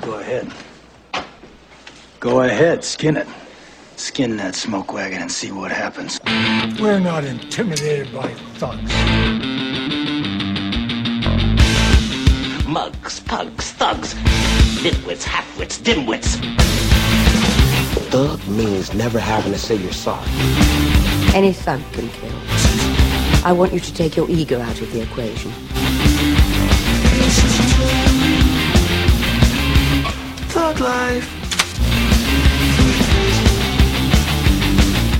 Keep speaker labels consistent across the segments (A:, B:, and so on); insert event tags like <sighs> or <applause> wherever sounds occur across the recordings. A: Go ahead. Go ahead, skin it. Skin that smoke wagon and see what happens.
B: We're not intimidated by thugs.
C: Mugs, pugs, thugs, nitwits, halfwits, dimwits.
D: Thug means never having to say you're sorry.
E: Any thug can kill. I want you to take your ego out of the equation.
F: Thug life.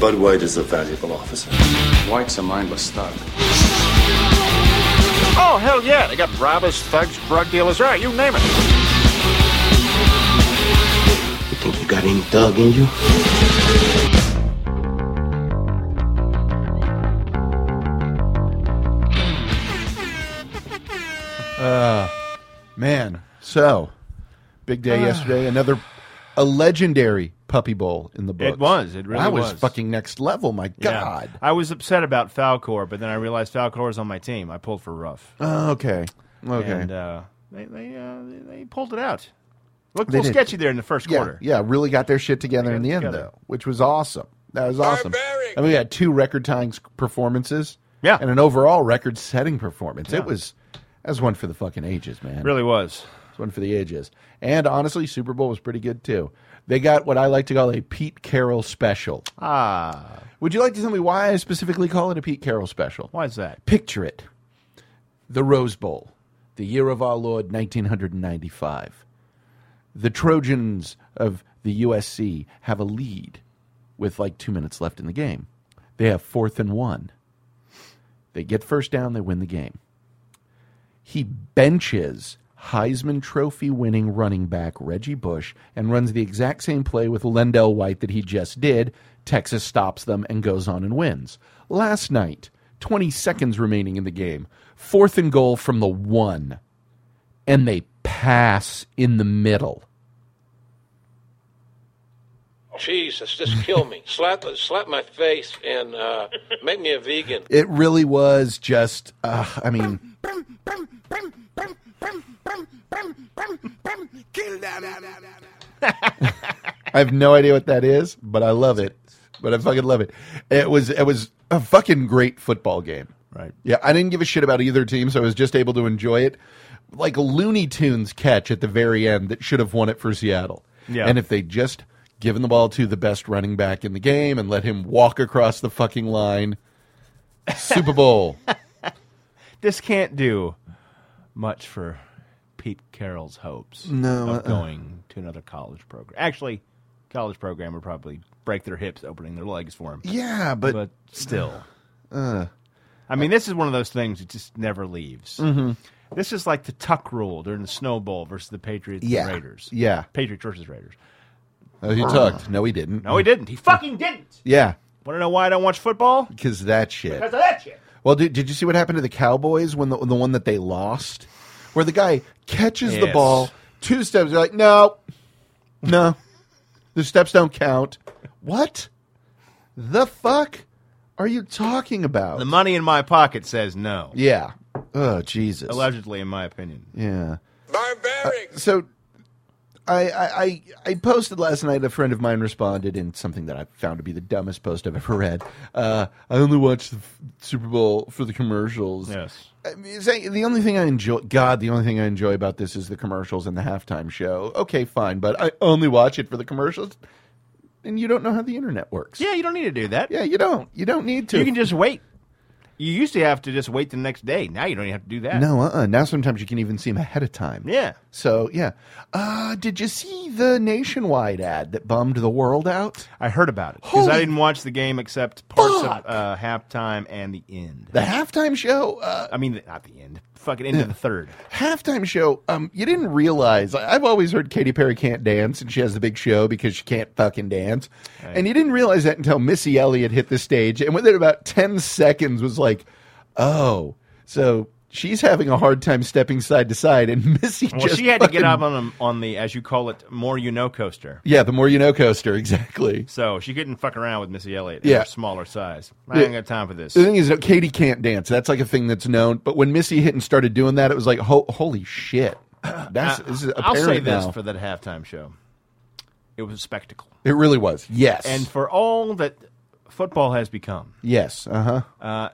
G: Bud White is a valuable officer.
H: White's a mindless thug.
I: Oh, hell yeah. They got robbers, thugs, drug dealers, right, you name it.
D: You think you got any thug in you?
J: Uh, man. So, big
K: <sighs>
J: day yesterday. Another a legendary puppy bowl in the book.
K: It was. It really
J: I was,
K: was.
J: fucking next level. My God.
K: I was upset about Falcor, but then I realized Falcor was on my team. I pulled for Ruff.
J: Oh, okay. Okay.
K: And uh, they they, uh, they they pulled it out. Looked a
J: They
K: little
J: did.
K: sketchy there in the first
J: yeah,
K: quarter.
J: yeah, really got their shit together in the end
K: together.
J: though, which was awesome. That was awesome. And we had two record tying performances.
K: Yeah.
J: And an overall record setting performance. It was that was one for the fucking ages, man.
K: Really was.
J: It's one for the ages. And honestly, Super Bowl was pretty good too. They got what I like to call a Pete Carroll special.
K: Ah,
J: Would you like to tell me why I specifically call it a Pete Carroll special?
K: why is that?
J: Picture it. The Rose Bowl, the year of our Lord 1995. The Trojans of the USC have a lead with like two minutes left in the game. They have fourth and one. They get first down, they win the game. He benches Heisman Trophy winning running back Reggie Bush and runs the exact same play with Lendell White that he just did. Texas stops them and goes on and wins. Last night, 20 seconds remaining in the game, fourth and goal from the one, and they pass in the middle.
L: Jesus, just kill me. slap, slap my face and uh, make me a vegan.
J: It really was just, uh, I mean. I have no idea what that is, but I love it. But I fucking love it. It was it was a fucking great football game.
K: Right.
J: Yeah, I didn't give a shit about either team, so I was just able to enjoy it. Like a Looney Tunes catch at the very end that should have won it for Seattle.
K: Yeah.
J: And if they just given the ball to the best running back in the game and let him walk across the fucking line, Super Bowl. <laughs>
K: This can't do much for Pete Carroll's hopes
J: No, uh-uh.
K: of going to another college program. Actually, college program would probably break their hips opening their legs for him.
J: yeah, but, Uh.
K: but
J: <sighs>
K: still. I mean, this is one of those things that just never leaves.
J: Mm-hmm.
K: This is like the Tuck rule during the Snow Bowl versus the Patriots
J: Yeah.
K: and Raiders.
J: Yeah.
K: Patriots versus Raiders.
J: Oh, he tugged. No, he didn't.
K: No, he didn't. He fucking didn't.
J: Yeah,
K: Want to know why I don't watch football?
J: because that shit.
K: Because of that shit.
J: Well, did, did you see what happened to the Cowboys when the the one that they lost, where the guy catches the
K: Yes.
J: ball two steps? They're like, no, no, the steps don't count. What the fuck are you talking about?
K: The money in my pocket says no.
J: yeah. Oh Jesus.
K: Allegedly, in my opinion.
J: Yeah.
L: Barbaric.
J: So I, I I I posted last night. A friend of mine responded in something that I found to be the dumbest post I've ever read. Uh, I only watched the f- Super Bowl for the commercials.
K: Yes.
J: I mean, say- the only thing I enjoy, God, the only thing I enjoy about this is the commercials and the halftime show. Okay, fine, but I only watch it for the commercials. And you don't know how the internet works.
K: Yeah, you don't need to do that.
J: yeah, you don't. You don't need to.
K: You can just wait. You used to have to just wait the next day. Now you don't even have to do that.
J: no, uh, uh now sometimes you can even see them ahead of time.
K: Yeah.
J: So yeah, uh, did you see the nationwide ad that bummed the world out?
K: I heard about it because I
J: Holy
K: didn't watch the game except parts
J: fuck.
K: of uh, halftime and the end.
J: The halftime show. Uh,
K: I mean, the- not the end. Fucking into
J: <laughs>
K: the third.
J: halftime show. Um, you didn't realize. I- I've always heard Katy Perry can't dance, and she has the big show because she can't fucking dance. And you didn't realize that until Missy Elliott hit the stage, and within about ten seconds, was like, "Oh, so." She's having a hard time stepping side to side, and <laughs> Missy
K: Well,
J: just
K: she had to get
J: fucking-
K: up on the, on the as you call it more you know coaster.
J: Yeah, the more you know coaster, <laughs> exactly.
K: So she couldn't fuck around with Missy Elliott.
J: Yeah.
K: Yeah, her smaller size. I
J: Yeah.
K: ain't got time for this.
J: The thing is, that
K: <clears throat>
J: Katie can't dance. That's like a thing that's known. But when Missy hit and started doing that, it was like, ho- holy shit. That's this is
K: I'll say
J: apparent
K: this
J: now.
K: for that halftime show. It was a spectacle.
J: It really was. Yes.
K: And for all that football has become,
J: yes. Uh huh.
K: uh,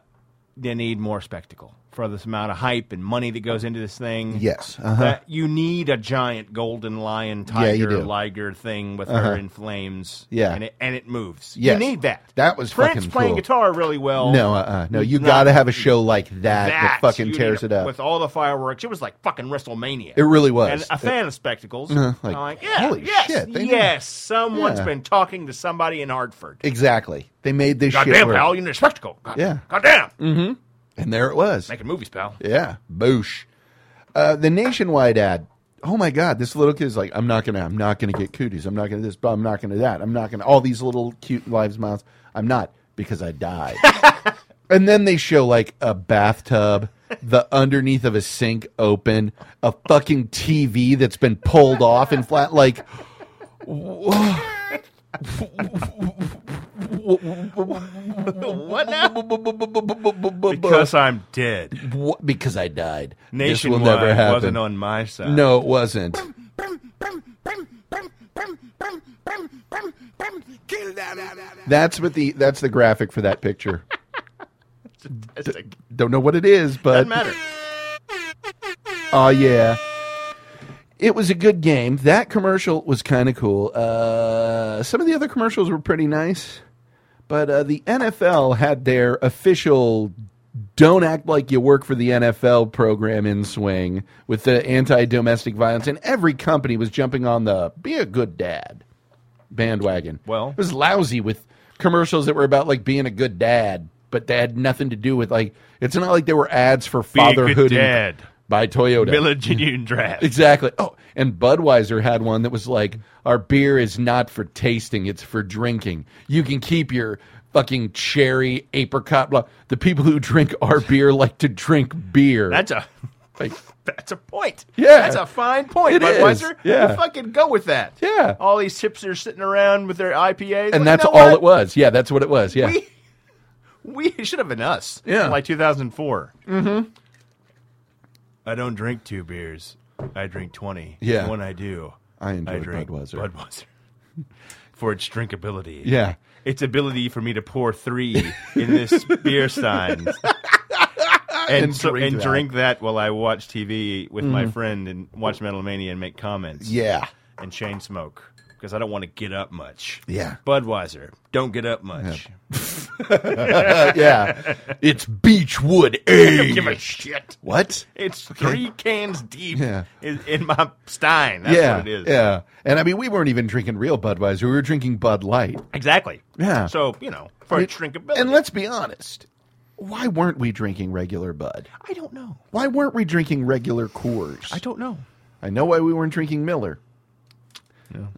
K: they need more spectacle for this amount of hype and money that goes into this thing.
J: Yes, uh-huh.
K: That you need a giant golden lion,
J: Yeah, you
K: tiger,
J: do.
K: liger thing with
J: Uh-huh.
K: her in flames.
J: Yeah.
K: and it, and it moves.
J: Yes.
K: You need that.
J: That was
K: Prince
J: fucking
K: playing
J: cool.
K: guitar really well.
J: no, uh, uh no. You
K: Not
J: got to have a show like that
K: that,
J: that,
K: you
J: fucking
K: need
J: tears
K: a-
J: it up.
K: with all the fireworks. It was like fucking WrestleMania.
J: It really was.
K: And a
J: It-
K: fan of spectacles.
J: Uh,
K: I'm
J: like,
K: like, yeah,
J: holy
K: yes,
J: shit, they-
K: yes. Someone's
J: Yeah.
K: been talking to somebody in Hartford.
J: exactly. They made this shit.
K: Goddamn,
J: work.
K: pal, you need a spectacle. God,
J: Yeah.
K: Goddamn,
J: Mm-hmm. And there it was.
K: making movies, pal.
J: Yeah, boosh. Uh, the nationwide ad. Oh my God, this little kid's like, I'm not gonna, I'm not gonna get cooties. I'm not gonna this, but I'm not gonna that. I'm not gonna all these little cute lives miles. I'm not because I
K: <laughs>
J: died. and then they show like a bathtub, the underneath of a sink open, a fucking TV that's been pulled off and flat.
K: <laughs>
J: Like,
K: what now?
J: Because
K: I'm dead.
J: What? Because I died. <laughs> this will
K: Nationwide
J: never happen.
K: wasn't on my side.
J: No, it wasn't. That's what the that's the graphic for that
K: <laughs>
J: picture. D- don't know what it is, but <laughs>
K: Doesn't matter.
J: Oh yeah. It was a good game. That commercial was kind of cool. Uh, some of the other commercials were pretty nice, but uh, the NFL had their official "Don't act like you work for the NFL" program in swing with the anti-domestic violence, and every company was jumping on the "Be a good dad" bandwagon. Well, it was lousy with commercials that were about like being a good dad, but they had nothing to do with like. It's not like there were ads for
K: Be a good
J: fatherhood and-
K: dad.
J: by Toyota.
K: Village Union Draft.
J: Exactly. Oh, and Budweiser had one that was like, our beer is not for tasting, it's for drinking. You can keep your fucking cherry, apricot, blah. The people who drink our beer like to drink beer.
K: That's a <laughs>
J: Like,
K: that's a point.
J: Yeah.
K: that's a fine point,
J: It is.
K: Budweiser.
J: Yeah.
K: You fucking go with that.
J: Yeah.
K: all these chips are sitting around with their IPAs,
J: and
K: Like,
J: that's
K: you know
J: all
K: what?
J: it was. Yeah, that's what it was. Yeah.
K: We <laughs> we it should have been us.
J: Yeah.
K: like 2004.
J: Mhm.
K: I don't drink two beers. I drink twenty.
J: Yeah.
K: when I do,
J: I enjoy
K: drink
J: Budweiser.
K: Budweiser <laughs> for its drinkability.
J: Yeah.
K: its ability for me to pour three
J: <laughs>
K: in this beer stein. And,
J: And
K: so,
J: drink
K: and
J: that.
K: drink that while I watch TV with my
J: Mm.
K: friend and watch Metalmania and make comments.
J: Yeah.
K: And chain smoke because I don't want to get up much.
J: Yeah.
K: Budweiser, don't get up much.
J: Uh, yeah. It's
K: <laughs>
J: Beechwood
K: I don't
J: Age.
K: give a shit.
J: What?
K: It's three cans deep
J: Yeah.
K: in, in my stein. That's
J: yeah.
K: what it is.
J: Yeah. And I mean, we weren't even drinking real Budweiser. We were drinking Bud Light.
K: Exactly.
J: Yeah.
K: So, you know, for
J: Yeah.
K: drinkability.
J: And let's be honest. Why weren't we drinking regular Bud?
K: I don't know.
J: Why weren't we drinking regular Coors?
K: I don't know.
J: I know why we weren't drinking Miller.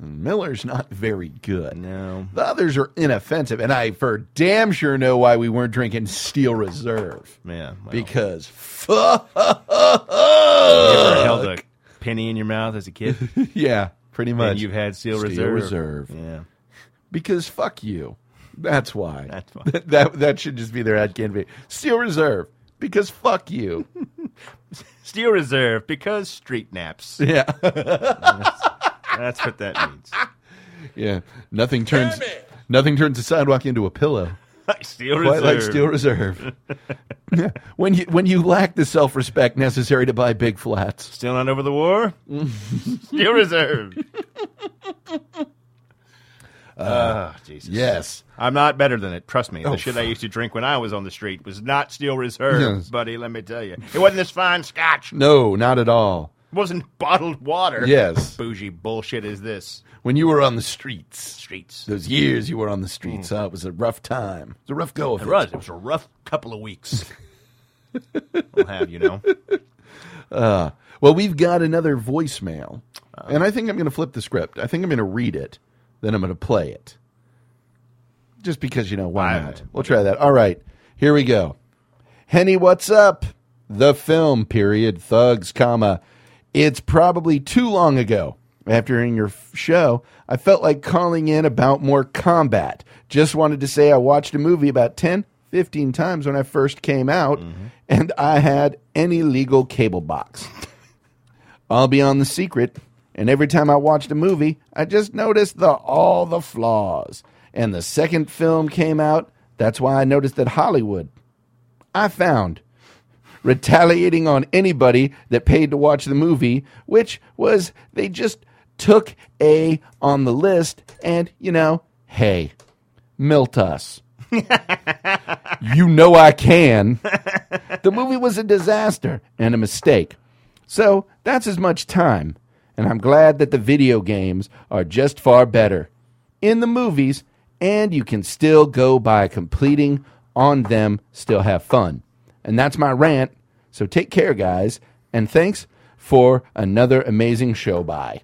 J: Miller's not very good. No. The others are inoffensive, and I for damn sure know why we weren't drinking Steel Reserve.
K: Yeah.
J: Because <laughs>
K: You ever
J: fuck.
K: held a penny in your mouth as
J: <laughs>
K: a kid?
J: yeah, pretty much.
K: And you've had Seal
J: Steel
K: Reserve.
J: Reserve.
K: Yeah.
J: Because fuck you. That's why.
K: That's why.
J: That, <laughs> that that should just be their ad campaign. Steel Reserve. Because fuck you.
K: Steel Reserve because
J: <laughs>
K: street naps.
J: yeah.
K: That's what
J: <laughs>
K: that means.
J: Yeah. Nothing turns nothing turns the sidewalk into a pillow.
K: Steel
J: Quite
K: Reserve.
J: like Steel
K: <laughs>
J: Reserve. Yeah. When you when you lack the self respect necessary to buy big flats.
K: Still not over
J: <laughs>
K: the war? Steel Reserve. Ah, Jesus.
J: Uh, Yes.
K: I'm not better than it. Trust me. The
J: Oh,
K: shit I
J: fuck.
K: used to drink when I was on the street was not Steel Reserve,
J: Yes.
K: buddy. Let me tell you, it wasn't this fine Scotch. It
J: No, not at all.
K: wasn't bottled water.
J: Yes.
K: bougie bullshit is this?
J: When you were on the streets,
K: Streets.
J: those years you were on the streets, huh, it was a rough time. It was a rough go of
K: Hmm. It
J: it.
K: was. It was a rough couple
J: <laughs>
K: of weeks. I'll have you know.
J: Uh, well, we've got another voicemail,
K: Uh.
J: and I think I'm going to flip the script. I think I'm going to read it, then I'm going to play it. Just because, you know, why
K: I-
J: not? We'll try that. All right, here we go. Henny, what's up? The film, period, thugs, comma. It's probably too long ago. After hearing your f- show, I felt like calling in about more combat. Just wanted to say I watched a movie about 10, 15 times when I first came out, and I had any legal cable box. <laughs> I'll be on The Secret, and every time I watched a movie, I just noticed the all the flaws. And the second film came out, that's why I noticed that Hollywood, I found, retaliating on anybody that paid to watch the movie, which was they just took A on the list and, you know, hey, melt us. you know I can. The movie was a disaster and a mistake. So that's as much time. And I'm glad that the video games are just far better in the movies, and you can still go by completing on them, still have fun. And that's my rant. So take care, guys, and thanks for another amazing show. Bye.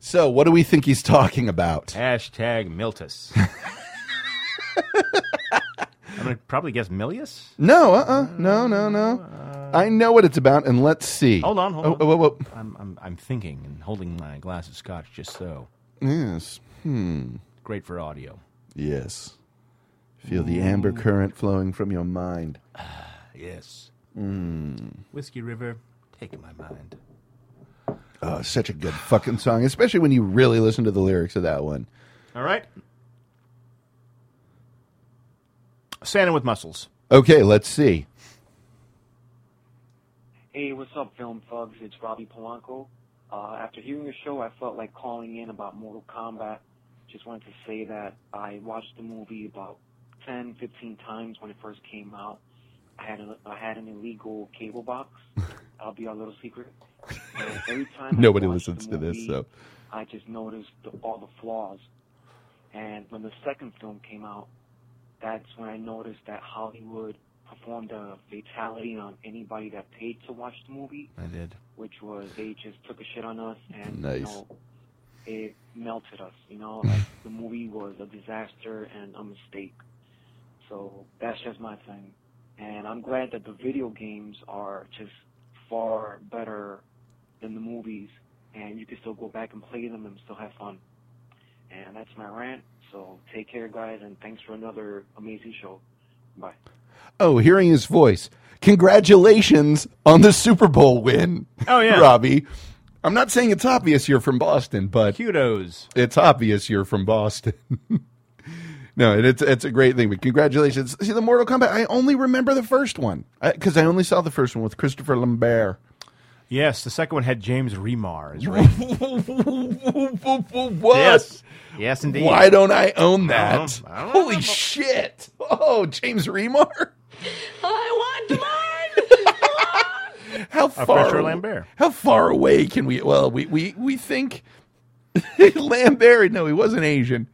J: So, what do we think he's talking about? <laughs>
K: Hashtag Miltus. I'm gonna probably guess Milius.
J: No, uh, uh no, no, no. I know what it's about, and let's see.
K: Hold on, hold
J: Oh,
K: on.
J: oh, oh, oh.
K: I'm, I'm I'm thinking and holding my glass of scotch just so.
J: Yes. Hmm.
K: Great for audio.
J: Yes. Feel the amber current flowing from your mind.
K: Yes.
J: Mm.
K: Whiskey River, take my mind.
J: Oh, such a good fucking song, especially when you really listen to the lyrics of that one.
K: All right. Santa with muscles.
J: Okay, let's see.
M: Hey, what's up, film thugs? It's Robbie Polanco. Uh, after hearing your show, I felt like calling in about Mortal Kombat. Just wanted to say that I watched the movie about 10, 15 times when it first came out. I had a, I had an illegal cable
J: <laughs>
M: box. I'll be our little secret. And every time I
J: Nobody
M: watched the
J: listens to this,
M: movie,
J: so.
M: I just noticed the, all the flaws. And when the second film came out, that's when I noticed that Hollywood performed a fatality on anybody that paid to watch the movie,
K: I did.
M: which was they just took a shit on us and you
J: Nice.
M: know, it melted us. You
J: <laughs>
M: know, like the movie was a disaster and a mistake. So that's just my thing. And I'm glad that the video games are just far better than the movies, and you can still go back and play them and still have fun. And that's my rant. So take care, guys, and thanks for another amazing show. Bye.
J: Oh, hearing his voice. Congratulations on the Super Bowl win.
K: Oh, yeah.
J: <laughs> Robbie. I'm not saying it's obvious you're from Boston, but
K: kudos.
J: It's obvious you're from Boston. <laughs> no, and it's it's a great thing. But congratulations. See the Mortal Kombat. I only remember the first one because I, only saw the first one with Christopher Lambert.
K: Yes, the second one had James Remar.
J: <laughs>
K: Is right.
J: what?
K: <laughs> Yes. Yes, indeed.
J: Why don't I own
K: Oh, I
J: that?
K: don't know.
J: Holy shit! Oh, James Remar.
C: I want mine.
J: How
C: Uh,
J: far?
K: French or Lambert?
J: How far away can we? Well, we we we think <laughs> Lambert. No, he wasn't Asian,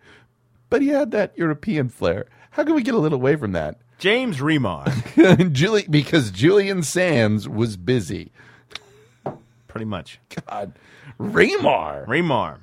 J: but he had that European flair. How can we get a little away from that? <laughs>
K: James Remar. <laughs>
J: Julie, because Julian Sands was busy.
K: Pretty much.
J: God, Remar.
K: Remar.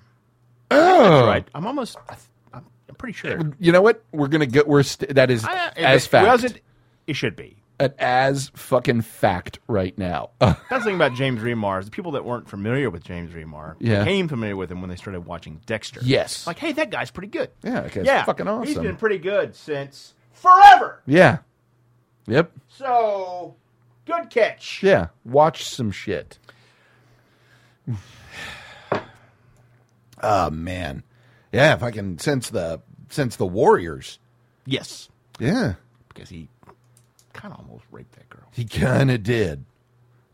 J: Oh,
K: Right. I'm almost. I th- I'm I'm pretty sure.
J: You know what? We're gonna get. We're st- that is
K: I- uh,
J: as
K: it
J: fact.
K: wasn't- it should be.
J: An as fucking fact right now. <laughs>
K: That's the thing about James Remar is the people that weren't familiar with James Remar
J: Yeah.
K: became familiar with him when they started watching Dexter.
J: Yes.
K: Like, hey, that guy's pretty good.
J: Yeah, that guy's fucking
K: He's
J: awesome.
K: been pretty good since forever.
J: yeah. Yep.
K: So, good catch.
J: Yeah. Watch some shit. oh man. Yeah, if I can sense the sense the Warriors.
K: Yes.
J: Yeah.
K: Because he kind of almost raped that girl.
J: He kinda did.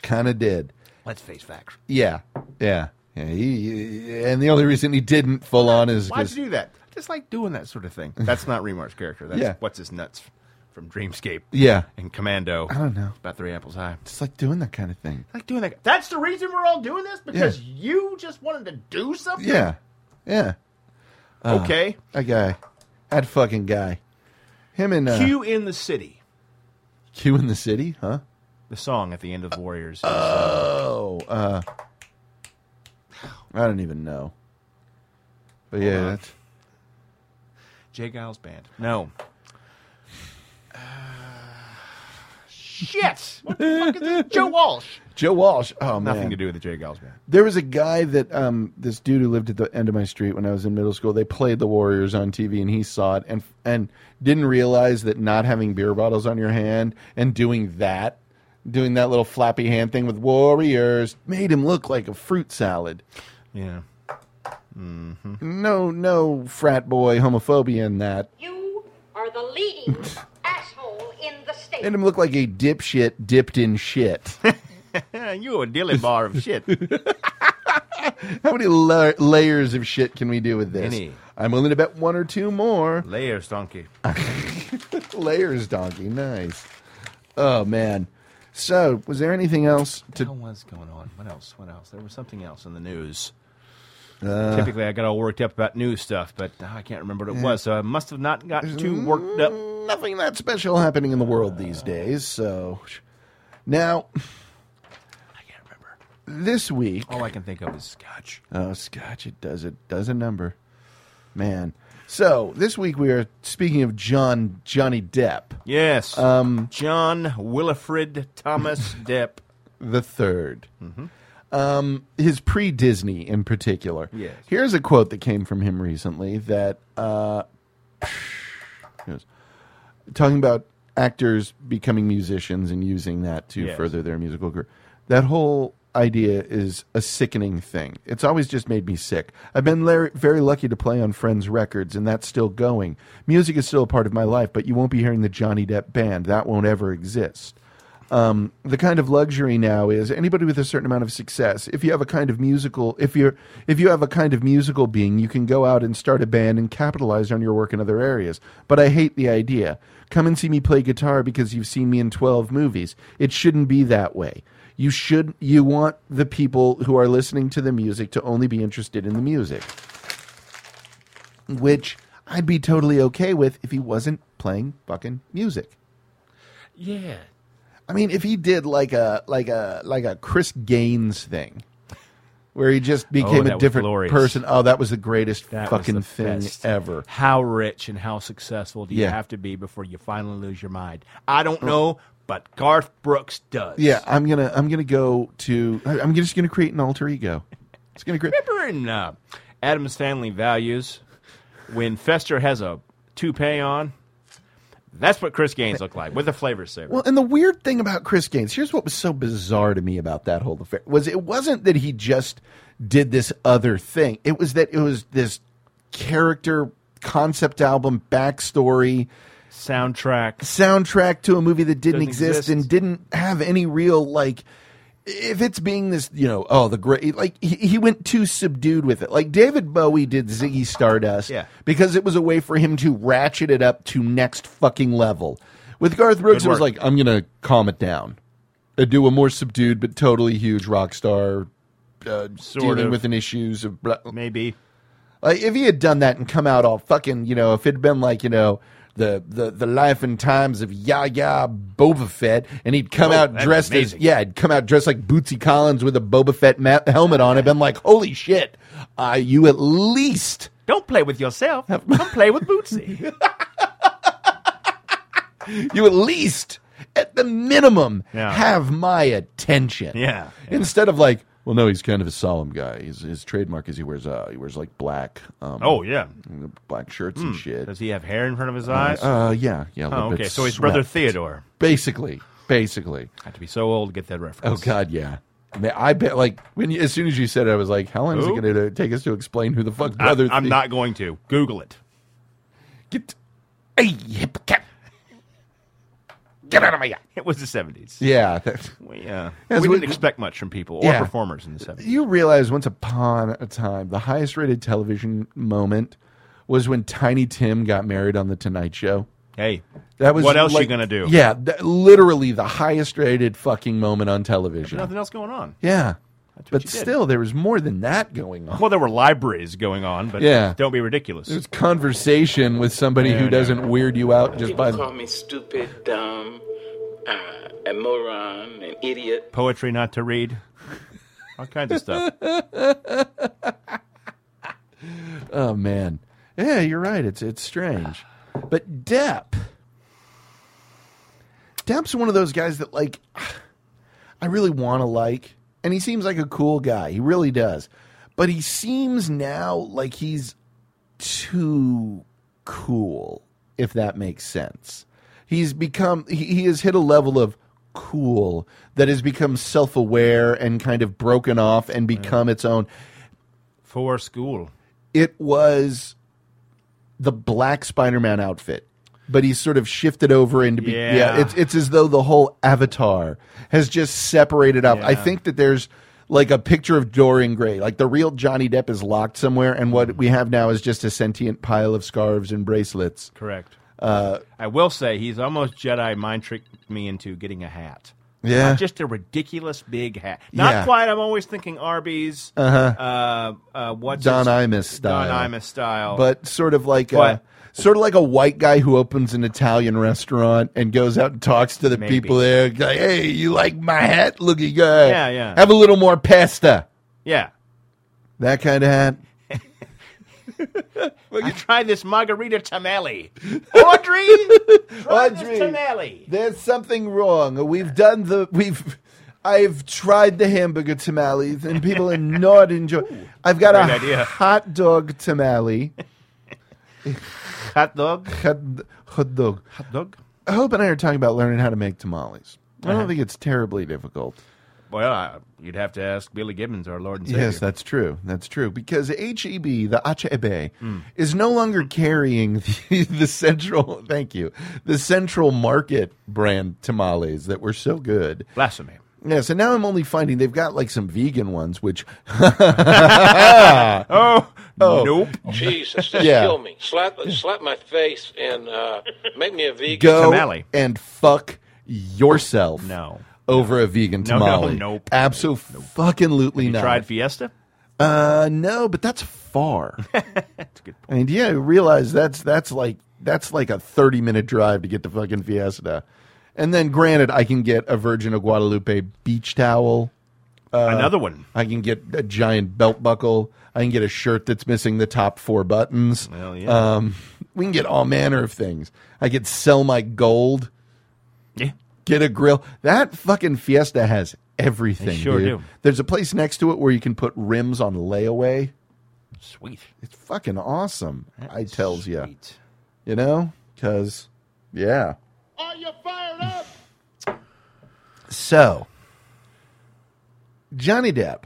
J: Kinda did.
K: Let's face facts.
J: Yeah. Yeah. Yeah, he, and the only reason he didn't full on is
K: Why'd
J: 'cause-
K: you do that? Just like doing that sort of
J: <laughs>
K: thing. That's not Remar's character. That's
J: Yeah.
K: what's his nuts from Dreamscape.
J: Yeah.
K: And Commando.
J: I don't know.
K: About three apples high.
J: It's like doing that kind of thing.
K: Like doing that. That's the reason we're all doing this because you just wanted to do something.
J: Yeah. Yeah. Uh-huh.
K: Okay.
J: That guy. That fucking guy. Him and uh,
K: Q in the city.
J: Q in the city, huh?
K: The song at the end of Warriors.
J: Oh, uh, I don't even know. But yeah, that's,
K: Jay Giles band. No. Uh, Shit! What the fuck is this? Joe Walsh.
J: Joe Walsh. Oh man,
K: Nothing to do with the Jay Giles band.
J: There was a guy that um, this dude who lived at the end of my street when I was in middle school. They played the Warriors on TV, and he saw it and and didn't realize that not having beer bottles on your hand and doing that doing that little flappy hand thing with warriors made him look like a fruit salad.
K: Yeah.
J: No, no frat boy homophobia in that.
N: You are the leading asshole in the state.
J: Made him look like a dipshit dipped in shit.
K: you a dilly bar of
J: <laughs>
K: shit.
J: How many la- layers of shit can we do with this?
K: Any.
J: I'm willing to bet one or two more.
K: Layers, donkey.
J: Layers, donkey. Nice. Oh man. So, was there anything else to?
K: What was going on? What else? What else? There was something else in the news.
J: Uh,
K: Typically, I got all worked up about news stuff, but uh, I can't remember what it
J: Yeah.
K: was, so I must have not gotten too worked up.
J: Nothing that special happening in the world these days. So, now, <sighs> I can't remember. This week,
K: All I can think of is scotch.
J: Oh, Scotch, it does it does a number, man. So this week we are speaking of John Johnny Depp
K: Yes.
J: Um,
K: John Wilfred
J: <laughs>
K: Thomas Depp.
J: the 3rd um, his pre Disney in particular.
K: Yes.
J: Here's a quote that came from him recently that uh, it was talking about actors becoming musicians and using that to
K: Yes.
J: further their musical career. That whole idea is a sickening thing. It's always just made me sick. I've been lar- very lucky to play on friends' records, and that's still going. Music is still a part of my life, but you won't be hearing the Johnny Depp band. That won't ever exist um, the kind of luxury now is anybody with a certain amount of success. If you have a kind of musical, if you're if you have a kind of musical being, you can go out and start a band and capitalize on your work in other areas. But I hate the idea. Come and see me play guitar because you've seen me in twelve movies. It shouldn't be that way. You should you want the people who are listening to the music to only be interested in the music, which I'd be totally okay with if he wasn't playing fucking music.
K: Yeah.
J: I mean, if he did like a like a like a Chris Gaines thing, where he just became
K: Oh, that
J: a
K: was
J: different
K: glorious.
J: person. Oh, that was the greatest
K: That was
J: fucking
K: the
J: thing
K: best.
J: ever.
K: How rich and how successful do you
J: Yeah. Oh.
K: have to be before you finally lose your mind? I don't know, but Garth Brooks does.
J: Yeah, I'm gonna I'm gonna go to I- I'm just gonna create an alter ego. It's gonna create.
K: Remember in uh, Adam's Family Values when Fester has a toupee on? That's what Chris Gaines looked like with a flavor saver.
J: Well, and the weird thing about Chris Gaines, here's what was so bizarre to me about that whole affair was it wasn't that he just did this other thing. It was that it was this character concept album backstory
K: Soundtrack.
J: soundtrack to a movie that didn't
K: Doesn't
J: exist,
K: exist.
J: and didn't have any real like if it's being this you know oh the great like he, he went too subdued with it like david bowie did ziggy stardust
K: Yeah.
J: because it was a way for him to ratchet it up to next fucking level with garth brooks
K: Good
J: it was
K: work.
J: like i'm gonna calm it down and do a more subdued but totally huge rock star uh,
K: Sort
J: dealing
K: of.
J: with an issues of blah,
K: Maybe.
J: like if he had done that and come out all fucking, you know, if it'd been like, you know, the the, the life and times of Yahya Boba Fett, and he'd come
K: Oh,
J: out
K: that'd be
J: dressed as
K: amazing.
J: yeah, he'd come out dressed like Bootsy Collins with a Boba Fett ma- helmet on, and been like, holy shit, uh, you at least
K: Don't play with yourself. Don't play with
J: <laughs>
K: Bootsy.
J: you at least at the minimum
K: Yeah.
J: have my attention.
K: Yeah, yeah.
J: Instead of like, well, no, he's kind of a solemn guy. His, his trademark is he wears uh, he wears like black. Um,
K: Oh, yeah.
J: black shirts and shit.
K: Does he have hair in front of his eyes?
J: Uh, yeah, yeah. a little
K: oh,
J: bit
K: okay. So his brother
J: swept.
K: Theodore.
J: basically, basically.
K: I have to be so old to get that
J: Oh
K: reference.
J: God, yeah. I, mean, I bet, like, when you, as soon as you said it, I was like, "How long is
K: Who?
J: it going to take us to explain who the fuck
K: I,
J: brother?"
K: I'm
J: Thea-
K: not going to. Google it. <laughs>
J: Get, hey, hipcat. Get out of my yard.
K: It was the 70s.
J: Yeah, that-
K: We, uh, we
J: As
K: didn't
J: we-
K: expect much from people or
J: Yeah.
K: performers in the 70s.
J: you realize once upon a time, the highest-rated television moment was when Tiny Tim got married on the Tonight Show.
K: Hey,
J: That was
K: what else
J: like,
K: you gonna do?
J: Yeah, that, literally the highest-rated fucking moment on television.
K: nothing else going on.
J: Yeah.
K: what
J: But
K: you did.
J: still, there was more than that going on.
K: Well, there were libraries going on, but
J: Yeah.
K: don't be ridiculous.
J: There's conversation with somebody
K: No,
J: who
K: no.
J: doesn't weird you out just
O: People
J: by.
O: call me stupid, dumb, uh, a moron, an
J: <laughs>
O: idiot.
K: Poetry not to read, all kinds of stuff.
J: Oh man, yeah, you're right. It's it's strange, but Depp. Depp's one of those guys that like, I really want to like, and he seems like a cool guy. He really does, but he seems now like he's too cool. If that makes sense, he's become he, he has hit a level of cool that has become self aware and kind of broken off and become its own.
K: For school.
J: It was the black Spider Man outfit. But he's sort of shifted over into be-
K: Yeah.
J: it's it's as though the whole avatar has just separated up. I
K: Yeah.
J: think that there's like a picture of Dorian Gray, like the real Johnny Depp is locked somewhere, and what we have now is just a sentient pile of scarves and bracelets.
K: Correct.
J: Uh,
K: I will say he's almost Jedi mind tricked me into getting a hat.
J: Yeah.
K: Not just a ridiculous big hat. Not
J: Yeah.
K: quite. I'm always thinking Arby's.
J: Uh-huh.
K: Uh, uh, what's
J: Don
K: his-
J: Imus style.
K: Don Imus style.
J: But sort of like a,
K: But-
J: sort of like a white guy who opens an Italian restaurant and goes out and talks to the
K: Maybe.
J: people there. Like, hey, you like my hat? Look at guy.
K: Yeah, yeah.
J: Have a little more pasta.
K: yeah.
J: <laughs> That kind of hat.
K: I tried this
J: <laughs>
K: margarita tamale. Audrey, try
J: Audrey.
K: this tamale.
J: There's something wrong. We've done the we've. I've tried the hamburger tamales and people
K: <laughs>
J: are not enjoying. I've got a
K: great idea.
J: hot dog tamale.
K: Hot dog.
J: Hot, hot dog. Hot
K: dog.
J: Hope and I are talking about learning how to make tamales. I don't
K: Uh-huh.
J: think it's terribly difficult.
K: Well, I, you'd have to ask Billy Gibbons, our Lord and Savior.
J: Yes, that's true. That's true. Because HEB, the HEB,
K: Mm.
J: is no longer carrying <laughs> the, the central, thank you, the central market brand tamales that were so good.
K: Blasphemy.
J: Yeah, so now I'm only finding they've got like some vegan ones, which.
K: Oh, nope.
L: Jesus, just
J: Yeah.
L: kill me. Slap, slap my face and uh, make me a vegan.
J: Go and fuck yourself.
K: No.
J: Over a vegan
K: No, no,
J: tamale.
K: nope.
J: Absolutely
K: You
J: not.
K: tried Fiesta?
J: Uh, no, but that's far. that's a good point. And yeah, I realize that's that's like that's like a thirty minute drive to get to fucking Fiesta. And then, granted, I can get a Virgin of Guadalupe beach towel. Uh,
K: Another one.
J: I can get a giant belt buckle. I can get a shirt that's missing the top four buttons.
K: Well, yeah.
J: Um, we can get all manner of things. I could sell my gold.
K: Yeah.
J: Get a grill. That fucking Fiesta has everything.
K: sure
J: dude.
K: do.
J: There's a place next to it where you can put rims on layaway.
K: Sweet.
J: It's fucking awesome. I tells ya. you. You know, because yeah.
P: Are you fired up?
J: So Johnny Depp.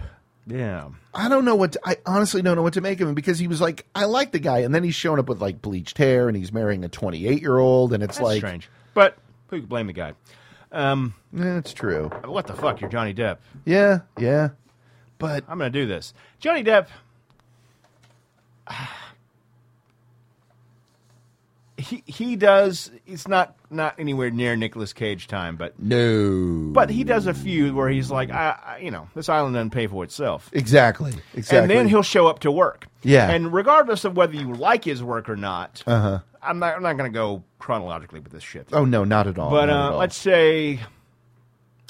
K: Yeah.
J: I don't know what to, I honestly don't know what to make of him because he was like, I like the guy, and then he's showing up with like bleached hair and he's marrying a twenty eight year old, and it's
K: That's
J: like
K: strange. But who could blame the guy? Um,
J: that's true.
K: What the fuck? You're Johnny Depp.
J: Yeah, yeah. But
K: I'm going to do this. Johnny Depp. <sighs> He he does. It's not not anywhere near Nicolas Cage time, but
J: no.
K: but he does a few where he's like, I, I you know, this island doesn't pay for itself.
J: Exactly. Exactly.
K: And then he'll show up to work.
J: Yeah.
K: And regardless of whether you like his work or not,
J: Uh huh.
K: I'm not I'm not going to go chronologically with this shit.
J: Oh no, not at all.
K: But
J: not at
K: uh,
J: all.
K: let's say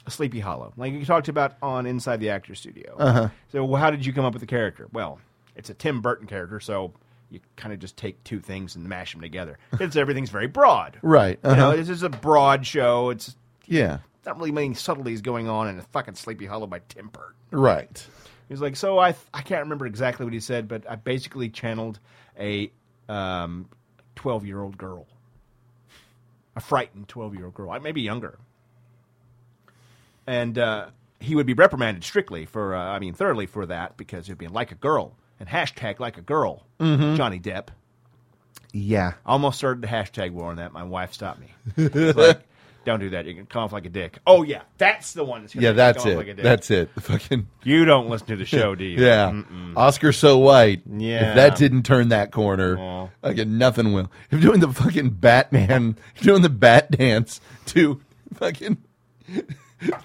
K: Sleepy Hollow, like you talked about on Inside the Actors Studio.
J: Uh-huh.
K: So, well, how did you come up with the character? Well, it's a Tim Burton character, so you kind of just take two things and mash
J: <laughs>
K: them together. It's everything's very broad,
J: Right,
K: You
J: uh-huh.
K: know, this is a broad show. It's
J: Yeah.
K: not really many subtleties going on in a fucking Sleepy Hollow by Tim Burton.
J: Right.
K: He's like, so I I can't remember exactly what he said, but I basically channeled a um twelve year old girl, a frightened twelve year old girl, I maybe younger, and uh, he would be reprimanded strictly for uh, I mean thoroughly for that because it'd be like a girl and hashtag like a girl
J: Mhm.
K: Johnny Depp.
J: Yeah.
K: I almost started the hashtag war on that. My wife stopped me. It's like, <laughs> Don't do that. You can come off like a dick. Oh yeah, that's the one. That's gonna
J: Yeah,
K: make you
J: that's
K: come off
J: it.
K: like a dick.
J: that's it. <laughs> Fucking
K: You don't listen to
J: <laughs>
K: the show, do you?
J: Yeah.
K: Mm-mm.
J: Oscar so white.
K: Yeah.
J: If that didn't turn that corner, again, nothing will. If doing the fucking Batman, <laughs> doing the bat dance to fucking <laughs>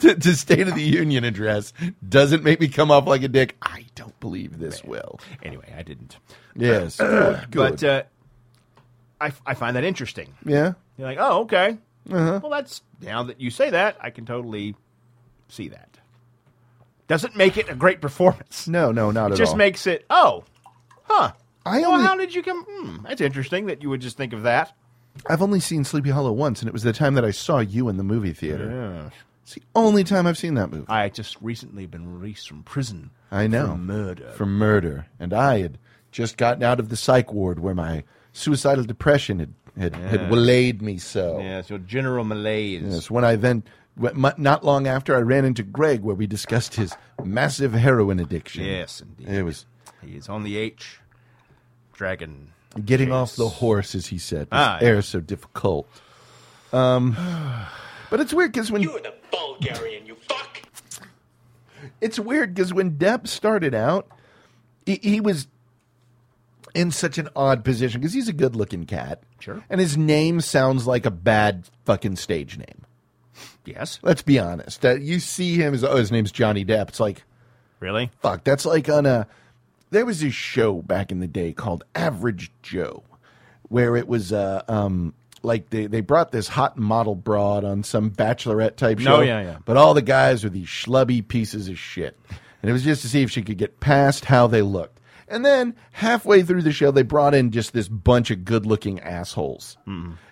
J: to, to State of the Union address doesn't make me come off like a dick. I don't believe this
K: <clears throat>
J: will.
K: Anyway, I didn't.
J: Yes. Good, good.
K: But uh, I, f- I find that interesting.
J: yeah.
K: You're like, oh, okay.
J: Uh-huh.
K: Well, that's now that you say that, I can totally see that. Doesn't make it a great performance.
J: No, no, <laughs> not
K: it
J: at
K: just
J: all.
K: makes it. Oh, huh.
J: I
K: well,
J: only-
K: how did you come? Hmm, that's interesting that you would just think of that.
J: I've only seen Sleepy Hollow once, and it was the time that I saw you in the movie theater.
K: Yeah.
J: It's the only time I've seen that movie.
K: I had just recently been released from prison.
J: I know.
K: For murder.
J: From murder. And I had just gotten out of the psych ward where my suicidal depression had, had, had
K: Yeah.
J: waylaid me so.
K: Yeah, so General Malaise.
J: Yes, when I then m- not long after I ran into Greg where we discussed his massive heroin addiction.
K: Yes, indeed.
J: It was
K: He is on the H. Dragon.
J: getting off the horse, as he said.
K: Ah,
J: air so difficult. Um, <sighs> but it's weird because when
C: You're the Bulgarian, you fuck.
J: it's weird because when Depp started out, he, he was in such an odd position because he's a good-looking cat.
K: Sure.
J: And his name sounds like a bad fucking stage name.
K: Yes.
J: Let's be honest. Uh, you see him as oh, his name's Johnny Depp. It's like
K: Really?
J: fuck. That's like on a. There was this show back in the day called Average Joe, where it was uh, um like they they brought this hot model broad on some bachelorette type
K: No,
J: show.
K: Oh, yeah, yeah.
J: But all the guys were these schlubby pieces of shit, and it was just to see if she could get past how they looked. And then halfway through the show, they brought in just this bunch of good-looking assholes,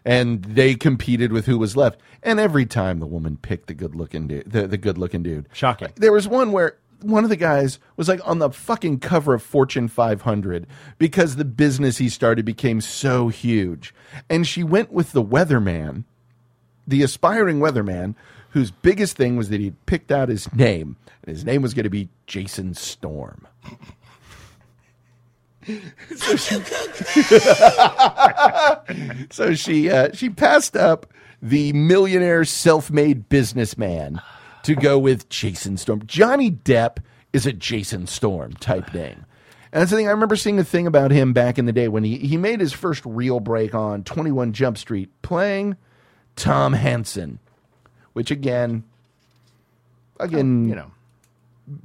J: and they competed with who was left. And every time the woman picked the good-looking dude, the, the good-looking dude,
K: Shocking.
J: there was one where one of the guys was like on the fucking cover of Fortune 500 because the business he started became so huge. And she went with the weatherman, the aspiring weatherman, whose biggest thing was that he'd picked out his name, and his name was going to be Jason Storm. so she uh, she passed up the millionaire self-made businessman to go with Jason Storm. Johnny Depp is a Jason Storm type name. And that's the thing I remember seeing a thing about him back in the day when he, he made his first real break on 21 Jump Street playing Tom Hansen, which again again, Oh, you know,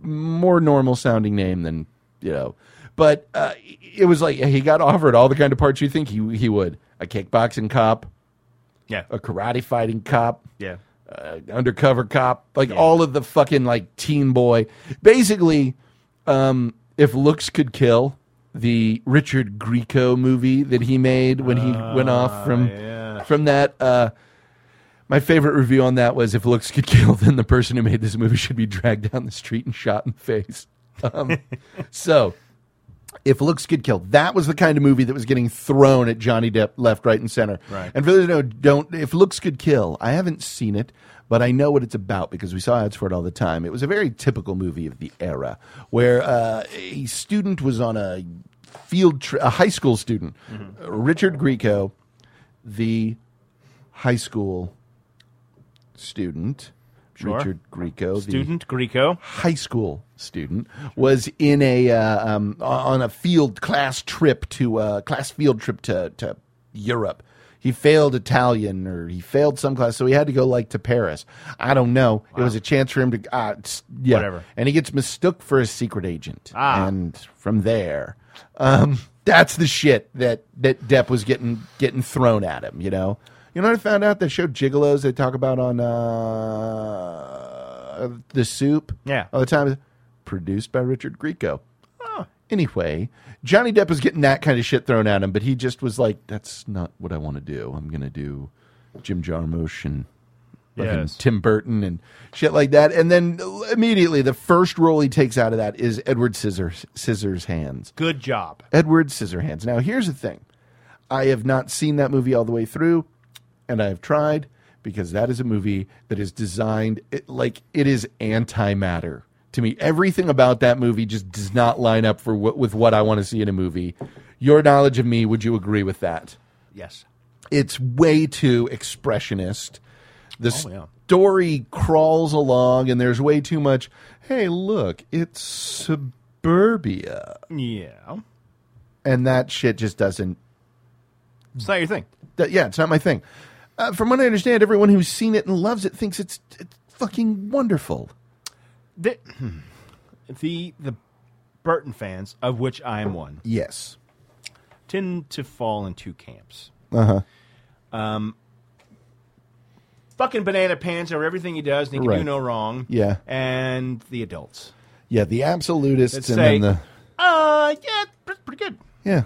J: more normal sounding name than you know. But uh, it was like he got offered all the kind of parts you think he he would: a kickboxing cop,
K: yeah,
J: a karate fighting cop,
K: Yeah.
J: uh, undercover cop, like all of the fucking like teen boy. Basically, um, if looks could kill, the Richard Grieco movie that he made when he went off from from that. Uh, my favorite review on that was if looks could kill, then the person who made this movie should be dragged down the street and shot in the face. Um, so, if looks could kill, that was the kind of movie that was getting thrown at Johnny Depp left, right, and center.
K: Right.
J: And for those who know, don't if looks could kill, I haven't seen it, but I know what it's about because we saw ads for it all the time. It was a very typical movie of the era where uh, a student was on a field, tri- a high school student, Uh, Richard Grieco, the high school student.
K: Sure.
J: Richard Grieco, the-
K: Student Greco.
J: high school student was in a uh, um, on a field class trip to uh, class field trip to, to Europe. He failed Italian or he failed some class, so he had to go like to Paris. I don't know. It was a chance for him to uh, s- yeah.
K: Whatever.
J: And he gets mistook for a secret agent,
K: Ah.
J: and from there, um, that's the shit that that Depp was getting getting thrown at him. You know. You know what I found out? That show Gigolos they talk about on uh, the Soup.
K: Yeah.
J: All the time. Produced by Richard Grieco. Anyway, Johnny Depp was getting that kind of shit thrown at him, but he just was like, that's not what I want to do. I'm going to do Jim Jarmusch and fucking
K: Yes.
J: Tim Burton and shit like that. And then immediately, the first role he takes out of that is Edward Scissors, Scissors Hands.
K: Good job.
J: Edward Scissorhands. Now, here's the thing I have not seen that movie all the way through, and I have tried because that is a movie that is designed it, like it is antimatter to me. Everything about that movie just does not line up for what with what I want to see in a movie. Your knowledge of me, would you agree with that?
K: Yes.
J: It's way too expressionist. The
K: Oh, yeah.
J: story crawls along, and there's way too much. Hey, look, it's suburbia
K: Yeah.
J: and that shit just doesn't.
K: It's not your thing.
J: that- yeah, it's not my thing. Uh, from what I understand, everyone who's seen it and loves it thinks it's, it's fucking wonderful.
K: The, <clears throat> the the Burton fans, of which I am one,
J: Yes.
K: tend to fall in two camps.
J: Uh huh.
K: Um, fucking banana pants are everything he does, and he can
J: Right.
K: do no wrong.
J: Yeah.
K: And the adults
J: Yeah, the absolutists
K: that
J: and
K: say,
J: then the
K: "Uh, yeah, that's pretty good."
J: yeah,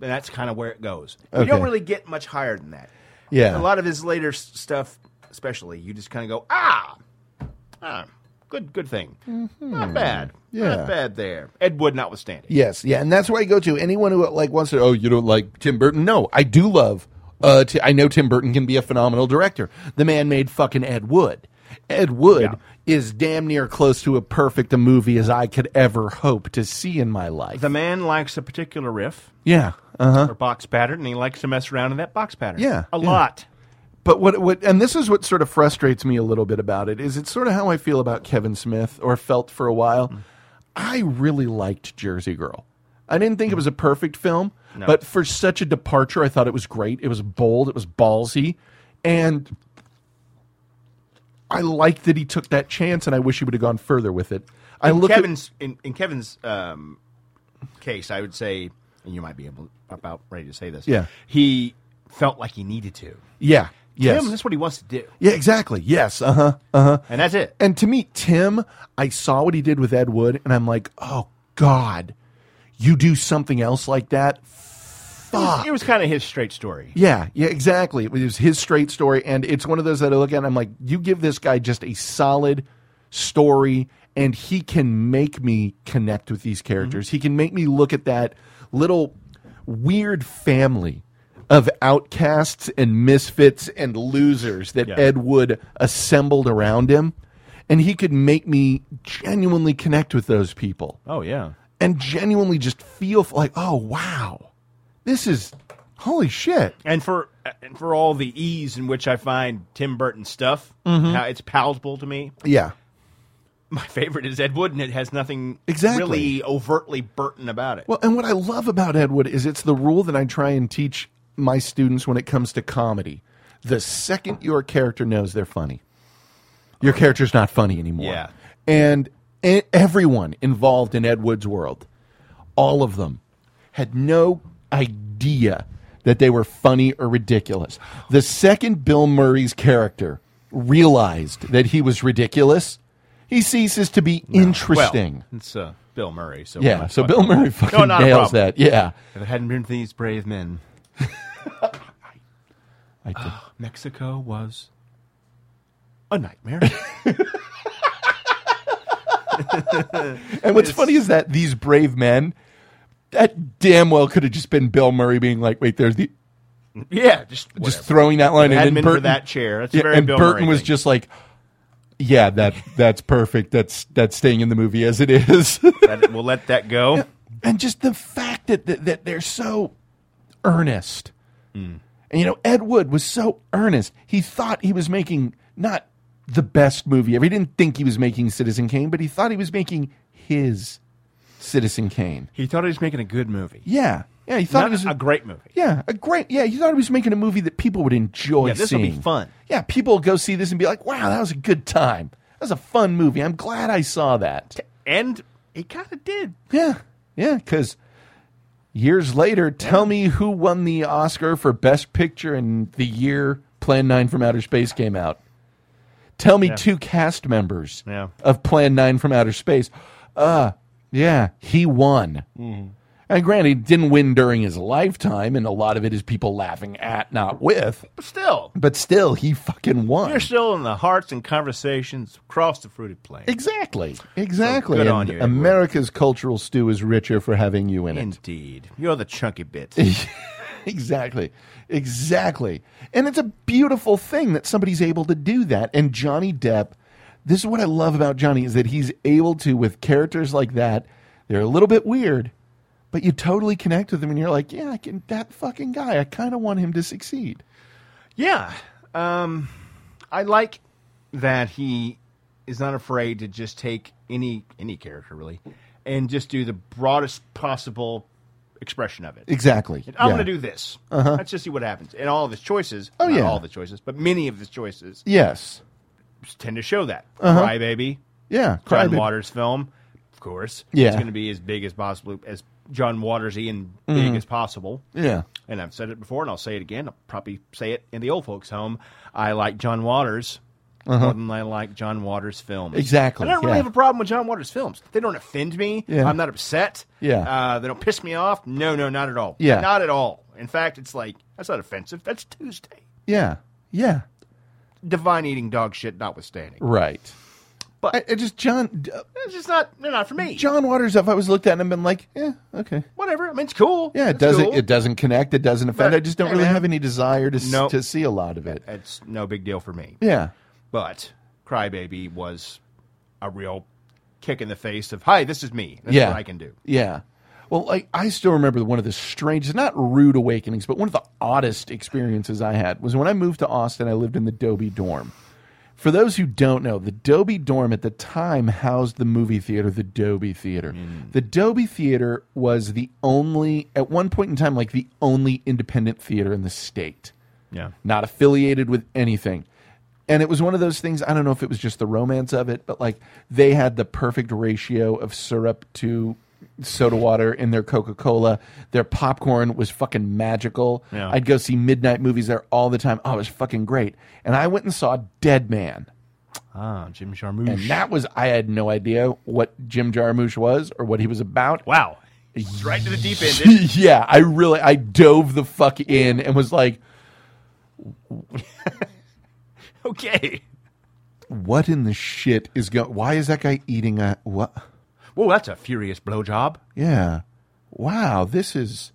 K: And that's kind of where it goes. You
J: Okay.
K: don't really get much higher than that.
J: Yeah.
K: A lot of his later s- stuff, especially, you just kind of go, ah, ah, good, good thing. Not bad.
J: Mm-hmm. Yeah.
K: Not bad there. Ed Wood notwithstanding.
J: yes, yeah, and that's where I go to anyone who like wants to. Oh, you don't like Tim Burton? No, I do love Uh, t- I know Tim Burton can be a phenomenal director. The man made fucking Ed Wood. Ed Wood
K: Yeah.
J: is damn near close to a perfect a movie as I could ever hope to see in my life.
K: The man likes a particular riff
J: Yeah. Uh huh.
K: or box pattern, and he likes to mess around in that box pattern.
J: Yeah,
K: a
J: yeah.
K: lot.
J: But what what and this is what sort of frustrates me a little bit about it is it's sort of how I feel about Kevin Smith or felt for a while.
K: Mm.
J: I really liked Jersey Girl. I didn't think it was a perfect film,
K: Mm. No.
J: but for such a departure, I thought it was great. It was bold, it was ballsy, and I like that he took that chance and I wish he would have gone further with it. I
K: in
J: look at-
K: Kevin's in, in Kevin's um, case, I would say, and you might be able about ready to say this.
J: Yeah.
K: he felt like he needed to.
J: Yeah. Yes.
K: Tim, that's what he wants to do,
J: Yeah, exactly. Yes. Uh huh. Uh huh.
K: and that's it.
J: And to me, Tim, I saw what he did with Ed Wood, and I'm like, oh God, you do something else like that?
K: It was,
J: Fuck.
K: it was kind of his straight story.
J: Ah. Yeah, yeah, exactly. It was his straight story, and it's one of those that I look at and I'm like, you give this guy just a solid story, and he can make me connect with these characters. He can make me look at that little weird family of outcasts and misfits and losers that
K: Yeah.
J: Ed Wood assembled around him, and he could make me genuinely connect with those people
K: Oh yeah,
J: and genuinely just feel f- like, oh wow, this is holy shit.
K: and for and for all the ease in which I find Tim Burton stuff,
J: Mm-hmm.
K: how it's palatable to me.
J: Yeah.
K: My favorite is Ed Wood, and it has nothing
J: Exactly.
K: really overtly Burton about it.
J: Well, and what I love about Ed Wood is it's the rule that I try and teach my students when it comes to comedy. The second your character knows they're funny, your character's not funny anymore.
K: Yeah.
J: And e- everyone involved in Ed Wood's world, all of them, had no idea that they were funny or ridiculous. The second Bill Murray's character realized that he was ridiculous, he ceases to be interesting.
K: Well, it's uh, Bill Murray. So
J: Yeah,
K: we're not
J: so
K: fucking-
J: Bill Murray fucking
K: not a
J: nails
K: problem.
J: that, yeah.
K: if it hadn't been for these brave men,
J: I did.
K: <sighs> Mexico was a nightmare.
J: And what's funny is that these brave men, that damn well could have just been Bill Murray being like, "Wait, there's the
K: <laughs> yeah, just whatever.
J: just throwing that line."
K: If it hadn't
J: and then
K: been for
J: Burton,
K: that chair, that's a very
J: and
K: Bill
J: Burton
K: Murray
J: was
K: thing.
J: just like, "Yeah, that that's perfect. That's that's staying in the movie as it is." <laughs>
K: That- we'll let that go.
J: and just the fact that that, that they're so earnest, and you know, Ed Wood was so earnest. He thought he was making not the best movie ever. He didn't think he was making Citizen Kane, but he thought he was making his Citizen Kane.
K: He thought he was making a good movie.
J: Yeah. Yeah, he thought
K: Not
J: it was
K: a great movie.
J: Yeah, a great. Yeah, he thought he was making a movie that people would enjoy
K: Yeah, this will be
J: seeing.
K: fun.
J: Yeah, people will go see this and be like, "Wow, that was a good time. That was a fun movie. I'm glad I saw that."
K: And he kind of did.
J: Yeah. Yeah, cuz years later, tell me who won the Oscar for best picture in the year Plan 9 from Outer Space came out. Tell me
K: Yeah.
J: two cast members
K: Yeah.
J: of Plan 9 from Outer Space. Uh, yeah, he won.
K: Mm-hmm.
J: And granted, he didn't win during his lifetime, and a lot of it is people laughing at, not with.
K: But still,
J: But still, he fucking won.
K: you're still in the hearts and conversations across the fruited plain.
J: exactly. Exactly.
K: good
J: And
K: on you, Edward.
J: America's cultural stew is richer for having you in it.
K: Indeed. You're the
J: <laughs>
K: chunky bit.
J: exactly. Exactly. And it's a beautiful thing that somebody's able to do that. And Johnny Depp, this is what I love about Johnny is that he's able to with characters like that. They're a little bit weird, but you totally connect with them and you're like, yeah, I can that fucking guy. I kind of want him to succeed.
K: Yeah. Um, I like that he is not afraid to just take any any character really and just do the broadest possible expression of it.
J: Exactly.
K: I'm
J: Yeah.
K: going to do this.
J: Uh-huh.
K: Let's just see what happens. And all of his choices,
J: Oh,
K: not
J: yeah.
K: all of the choices, but many of his choices
J: Yes.
K: tend to show that.
J: Uh-huh.
K: Cry Baby,
J: Yeah.
K: John
J: Crybaby.
K: Waters film, of course.
J: Yeah.
K: It's going to be as big as possible, as John Watersy and
J: Mm-hmm.
K: big as possible.
J: Yeah.
K: And I've said it before, and I'll say it again. I'll probably say it in the old folks' home. I like John Waters more than I like John Waters' films.
J: Uh-huh. Exactly,
K: And I don't really
J: yeah.
K: have a problem with John Waters' films. They don't offend me.
J: Yeah.
K: I'm not upset.
J: Yeah.
K: Uh, they don't piss me off. No, no, not at all.
J: Yeah.
K: Not at all. In fact, it's like, that's not offensive. That's Tuesday.
J: Yeah. Yeah.
K: Divine eating dog shit notwithstanding.
J: Right. But I, I just John.
K: It's just not. They're not for me.
J: John Waters. If I was looked at and been like, yeah, okay,
K: whatever. I mean, it's cool.
J: Yeah, it
K: it's
J: doesn't.
K: cool.
J: It doesn't connect. It doesn't offend.
K: But,
J: I just don't
K: hey,
J: really
K: man.
J: have any desire to s-
K: Nope.
J: to see a lot of it.
K: It's no big deal for me.
J: Yeah.
K: But Crybaby was a real kick in the face of, "Hi, this is me. That's
J: yeah,
K: what I can do."
J: Yeah. Well, I, I still remember one of the strangest, not rude awakenings, but one of the oddest experiences I had was when I moved to Austin. I lived in the Dobie dorm. For those who don't know, the Dobie dorm at the time housed the movie theater, the Dobie Theater.
K: Mm.
J: The Dobie Theater was the only, at one point in time, like the only independent theater in the state
K: Yeah.
J: not affiliated with anything. And it was one of those things. I don't know if it was just the romance of it, but like they had the perfect ratio of syrup to soda water in their Coca Cola. Their popcorn was fucking magical.
K: Yeah.
J: I'd go see midnight movies there all the time. Oh, it was fucking great. And I went and saw Dead Man.
K: Ah, Jim Jarmusch.
J: And that was, I had no idea what Jim Jarmusch was or what he was about.
K: Wow. right to the deep end. dude.
J: <laughs> yeah, I really, I dove the fuck in and was like,
K: okay.
J: what in the shit is going? Why is that guy eating a what?
K: Whoa, that's a furious blowjob.
J: Yeah. Wow, this is.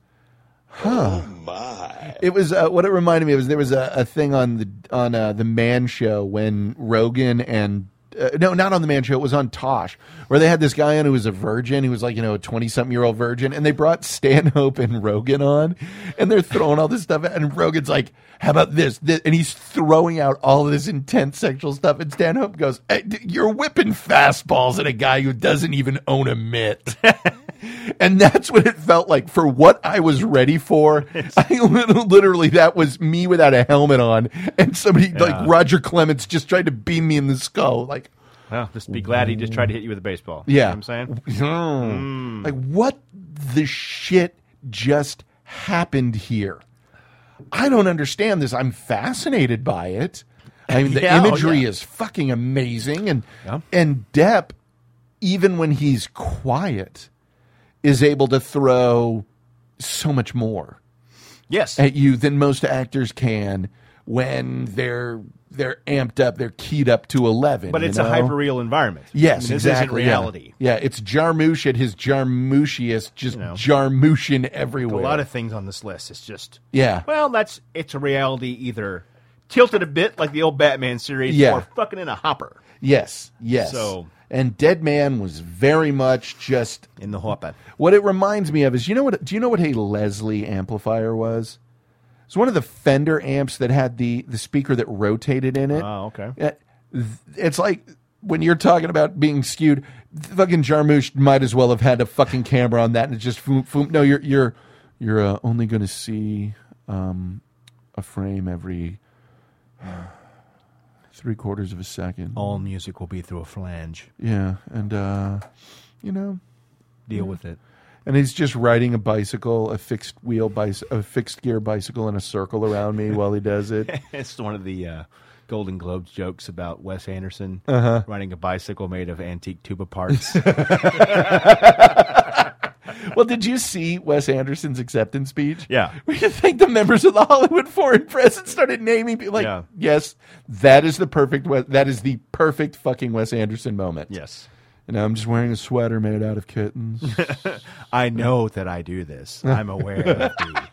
J: Huh.
G: My.
J: It was uh, what it reminded me of. Is there was a, a thing on the on uh, the Man Show when Rogan and uh, no, not on the Man Show. It was on Tosh where they had this guy on who was a virgin. He was like you know a twenty something year old virgin, and they brought Stanhope and Rogan on, and they're throwing all this stuff. Out, and Rogan's like, "How about this?" this? And he's throwing out all this intense sexual stuff, and Stanhope goes, "Hey, d- "You're whipping fastballs at a guy who doesn't even own a mitt." <laughs> And that's what it felt like for what I was ready for. I lit- literally, that was me without a helmet on, and somebody
K: Yeah.
J: like Roger Clements just tried to beam me in the skull. Like,
K: Well, just be glad he just tried to hit you with a baseball. You know
J: yeah,
K: what I'm saying?
J: <laughs>
K: Hmm.
J: Mm. like what the shit just happened here? I don't understand this. I'm fascinated by it. I mean, the
K: <laughs> Yeah, oh,
J: imagery
K: yeah.
J: is fucking amazing, and
K: Yeah.
J: and Depp, even when he's quiet, is able to throw so much more
K: Yes.
J: at you than most actors can when they're they're amped up, they're keyed up to eleven.
K: But
J: you
K: it's a
J: know?
K: hyper real environment.
J: Yes,
K: I mean, this
J: exactly.
K: isn't
J: yeah.
K: reality.
J: Yeah. it's Jarmusch at his Jarmuschiest, just
K: You know.
J: Jarmushian
K: A
J: everywhere.
K: lot of things on this list. It's just
J: Yeah.
K: Well, that's it's a reality either tilted a bit like the old Batman series,
J: Yeah.
K: or fucking in a hopper.
J: yes, yes.
K: So-
J: and Dead Man was very much just
K: In the hopper.
J: What it reminds me of is you know what do you know what a Leslie amplifier was? It's one of the Fender amps that had the the speaker that rotated in it.
K: Oh, okay.
J: Uh, th- It's like when you're talking about being skewed, fucking Jarmusch might as well have had a fucking camera on that and it just foom, foom. No, you're you're you're uh, only going to see um, a frame every <sighs> three quarters of a second.
K: All music will be through a flange.
J: Yeah, and uh, you know,
K: Deal with it.
J: and he's just riding a bicycle, a fixed wheel bicycle, a fixed gear bicycle in a circle around me while he does it.
K: It's one of the uh, Golden Globes jokes about Wes Anderson
J: Uh-huh.
K: riding a bicycle made of antique tuba <laughs> parts.
J: Well, did you see Wes Anderson's acceptance speech?
K: Yeah.
J: <laughs> Where you thank the members of the Hollywood Foreign Press and started naming people like,
K: Yeah.
J: yes, that is the perfect Wes, that is the perfect fucking Wes Anderson moment.
K: yes.
J: And I'm just wearing a sweater made out of kittens.
K: I know that I do this. I'm aware of <laughs> the.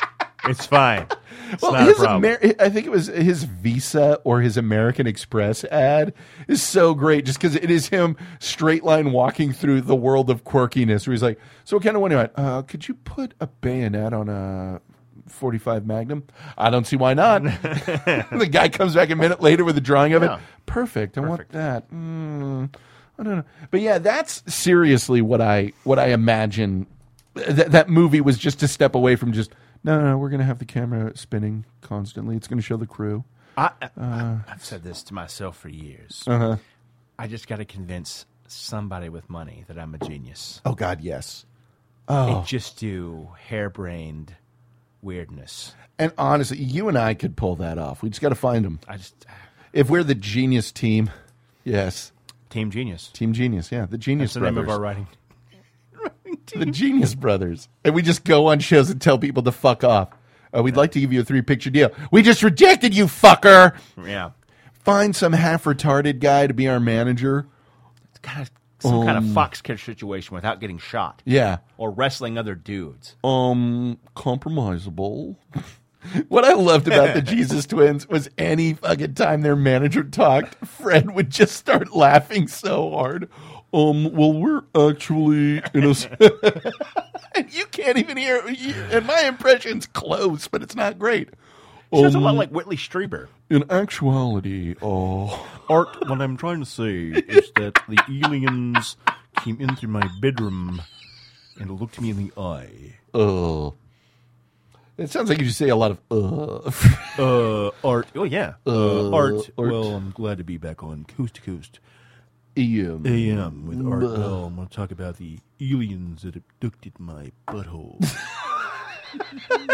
K: It's fine. It's
J: well,
K: not a
J: his
K: problem.
J: Amer- I think it was his Visa or his American Express ad is so great just because it is him straight line walking through the world of quirkiness where he's like, so what kind of one do you want? Uh, could you put a bayonet on a 45 Magnum? I don't see why not. <laughs> the guy comes back a minute later with a drawing of
K: Yeah.
J: it. Perfect. I want
K: Perfect.
J: that. Mm, I don't know. But yeah, that's seriously what I what I imagine. That that movie was just a step away from just no, no. no, We're gonna have the camera spinning constantly. It's gonna show the crew.
K: I, I, I've said this to myself for years. I just got to convince somebody with money that I'm a genius.
J: Oh God, yes.
K: Oh. And just do harebrained weirdness.
J: And honestly, you and I could pull that off. We just got to find them.
K: I just uh,
J: If we're the genius team, yes,
K: team genius.
J: team genius. Yeah, the genius
K: That's the
J: brothers.
K: name of our writing.
J: the Genius Brothers. And we just go on shows and tell people to fuck off. Uh, we'd like to give you a three picture deal. We just rejected you, fucker.
K: Yeah.
J: Find some half retarded guy to be our manager.
K: kind of some kind
Q: Um.
K: of foxcatcher situation without getting shot.
J: Yeah.
K: Or wrestling other dudes.
J: Um, compromisable. <laughs> what I loved about <laughs> the Jesus twins was any fucking time their manager talked, Fred would just start laughing so hard. Um, well, we're actually in a. <laughs> and you can't even hear. You, and my impression's close, but it's not great. Um,
K: Sounds a lot like Whitley Strieber.
J: In actuality, oh,
Q: Art, what I'm trying to say is that the aliens came into my bedroom and looked me in the eye.
J: Oh. It sounds like you say a lot of uh. <laughs>
Q: uh, art.
K: Oh yeah,
Q: uh, art, art. Well, I'm glad to be back on coast to coast.
J: AM.
Q: AM
J: Mm,
Q: with
J: uh.
Q: Art Bell. I'm going to talk about the aliens that abducted my butthole.
J: <laughs>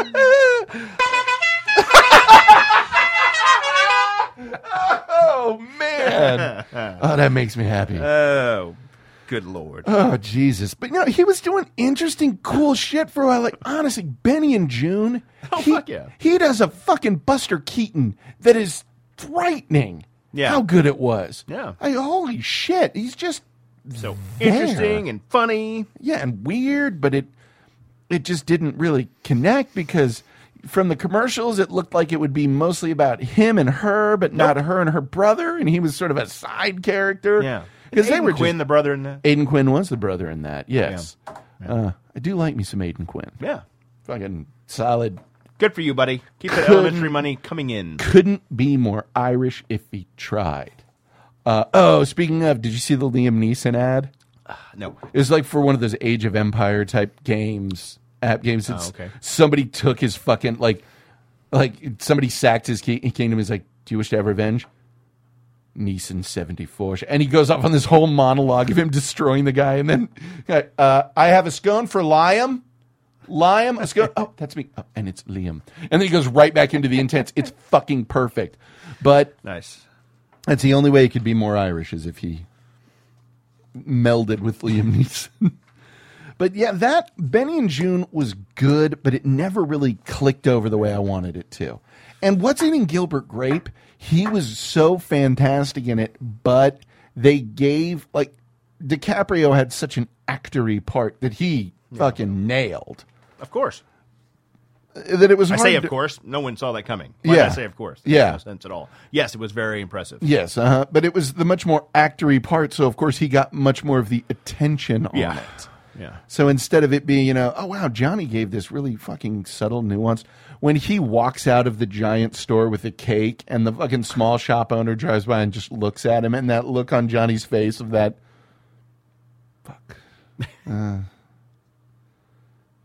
J: oh
K: <laughs>
J: man, oh that makes me happy.
K: Oh, good lord.
J: Oh Jesus! But you know, he was doing interesting, cool shit for a while. Like honestly, Benny and June.
K: Oh
J: he,
K: fuck yeah!
J: He does a fucking Buster Keaton that is frightening.
K: Yeah,
J: how good it was.
K: Yeah,
J: I, holy shit! He's just
K: so interesting
J: there.
K: and funny.
J: Yeah, and weird, but it it just didn't really connect because from the commercials, it looked like it would be mostly about him and her, but not her and her brother, and he was sort of a side character.
K: Yeah,
J: because they
K: Aiden
J: were
K: Quinn,
J: just-
K: the brother in that.
J: Aiden Quinn was the brother in that. Yes, Uh, I do like me some Aiden Quinn.
K: Yeah,
J: Fucking solid.
K: good for you, buddy. Keep
J: <laughs>
K: that
J: Couldn't-
K: elementary money coming in.
J: Couldn't be more Irish if he tried. Uh, oh, speaking of, did you see the Liam Neeson ad?
K: Uh, No,
J: It was like for one of those Age of Empire type games, app games.
K: Oh,
J: It's-
K: okay.
J: Somebody took his fucking like, like somebody sacked his ki- kingdom. He's like, "Do you wish to have revenge?" Neeson seventy four, and he goes off on this whole monologue of him destroying the guy, and then uh, I have a scone for Liam. Liam, a scone. Oh, that's me. Oh, and it's Liam, and then he goes right back into the intense. It's fucking perfect, but
K: nice.
J: that's the only way he could be more Irish is if he melded with Liam Neeson. <laughs> but yeah, that Benny and June was good, but it never really clicked over the way I wanted it to. And what's eating Gilbert Grape? He was so fantastic in it, but they gave like DiCaprio had such an actory part that he fucking nailed
K: Of course.
J: that it was.
K: I
J: hard
K: say, of
J: to-
K: course. No one saw that coming. Why did
J: Yeah.
K: I say, of course. That
J: Yeah.
K: makes no sense at all. Yes, it was very impressive.
J: Yes, uh-huh. but it was the much more actory part, so of course he got much more of the attention on
K: Yeah.
J: it.
K: Yeah.
J: So instead of it being, you know, oh wow, Johnny gave this really fucking subtle nuance. When he walks out of the giant store with a cake and the fucking small shop owner drives by and just looks at him and that look on Johnny's face of that fuck. Uh,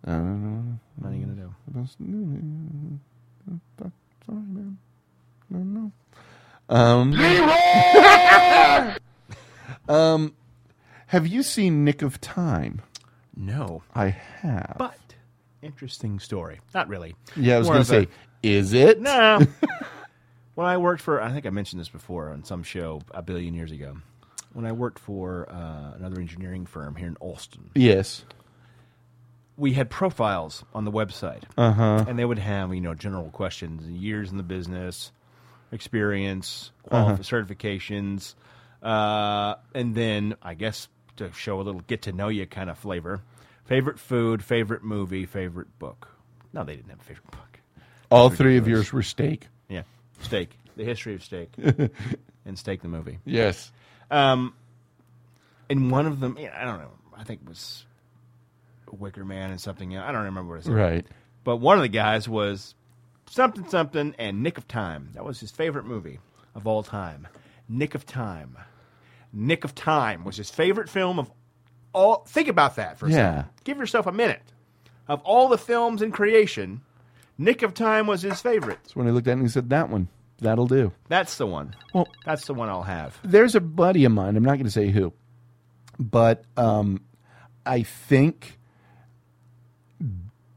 J: I don't know.
K: What are you gonna do?
J: Fuck, Sorry, man. I don't know. Um, um, have you seen Nick of Time?
K: No,
J: I have.
K: but interesting story. Not really.
J: yeah, I was
K: More
J: going
K: of
J: to
K: <laughs>
J: say,
K: a-
J: is it?
K: No.
J: <laughs>
K: when I worked for, I think I mentioned this before on some show a billion years ago. When I worked for uh, another engineering firm here in Alston,
J: Yes.
K: we had profiles on the website,
J: Uh-huh.
K: and they would have you know general questions, years in the business, experience,
J: Uh-huh.
K: qualif- certifications, uh, and then I guess to show a little get to know you kind of flavor, favorite food, favorite movie, favorite book. No, they didn't have a favorite book.
J: All three of yours were steak.
K: Yeah, steak, the history
J: <laughs>
K: of steak, and steak the movie.
J: Yes.
K: Um, and one of them, yeah, I don't know. I think it was Wicker Man and something. else. I don't remember what it said.
J: Right.
K: But one of the guys was something something and Nick of Time. That was his favorite movie of all time. Nick of Time. Nick of Time was his favorite film of all. Think about that for a
J: Yeah.
K: second. Give yourself a minute. Of all the films in creation, Nick of Time was his favorite.
J: So when I looked at it, he said, that one. That'll do.
K: That's the one.
J: Well-
K: that's the one I'll have.
J: there's a buddy of mine. I'm not going to say who, but um, I think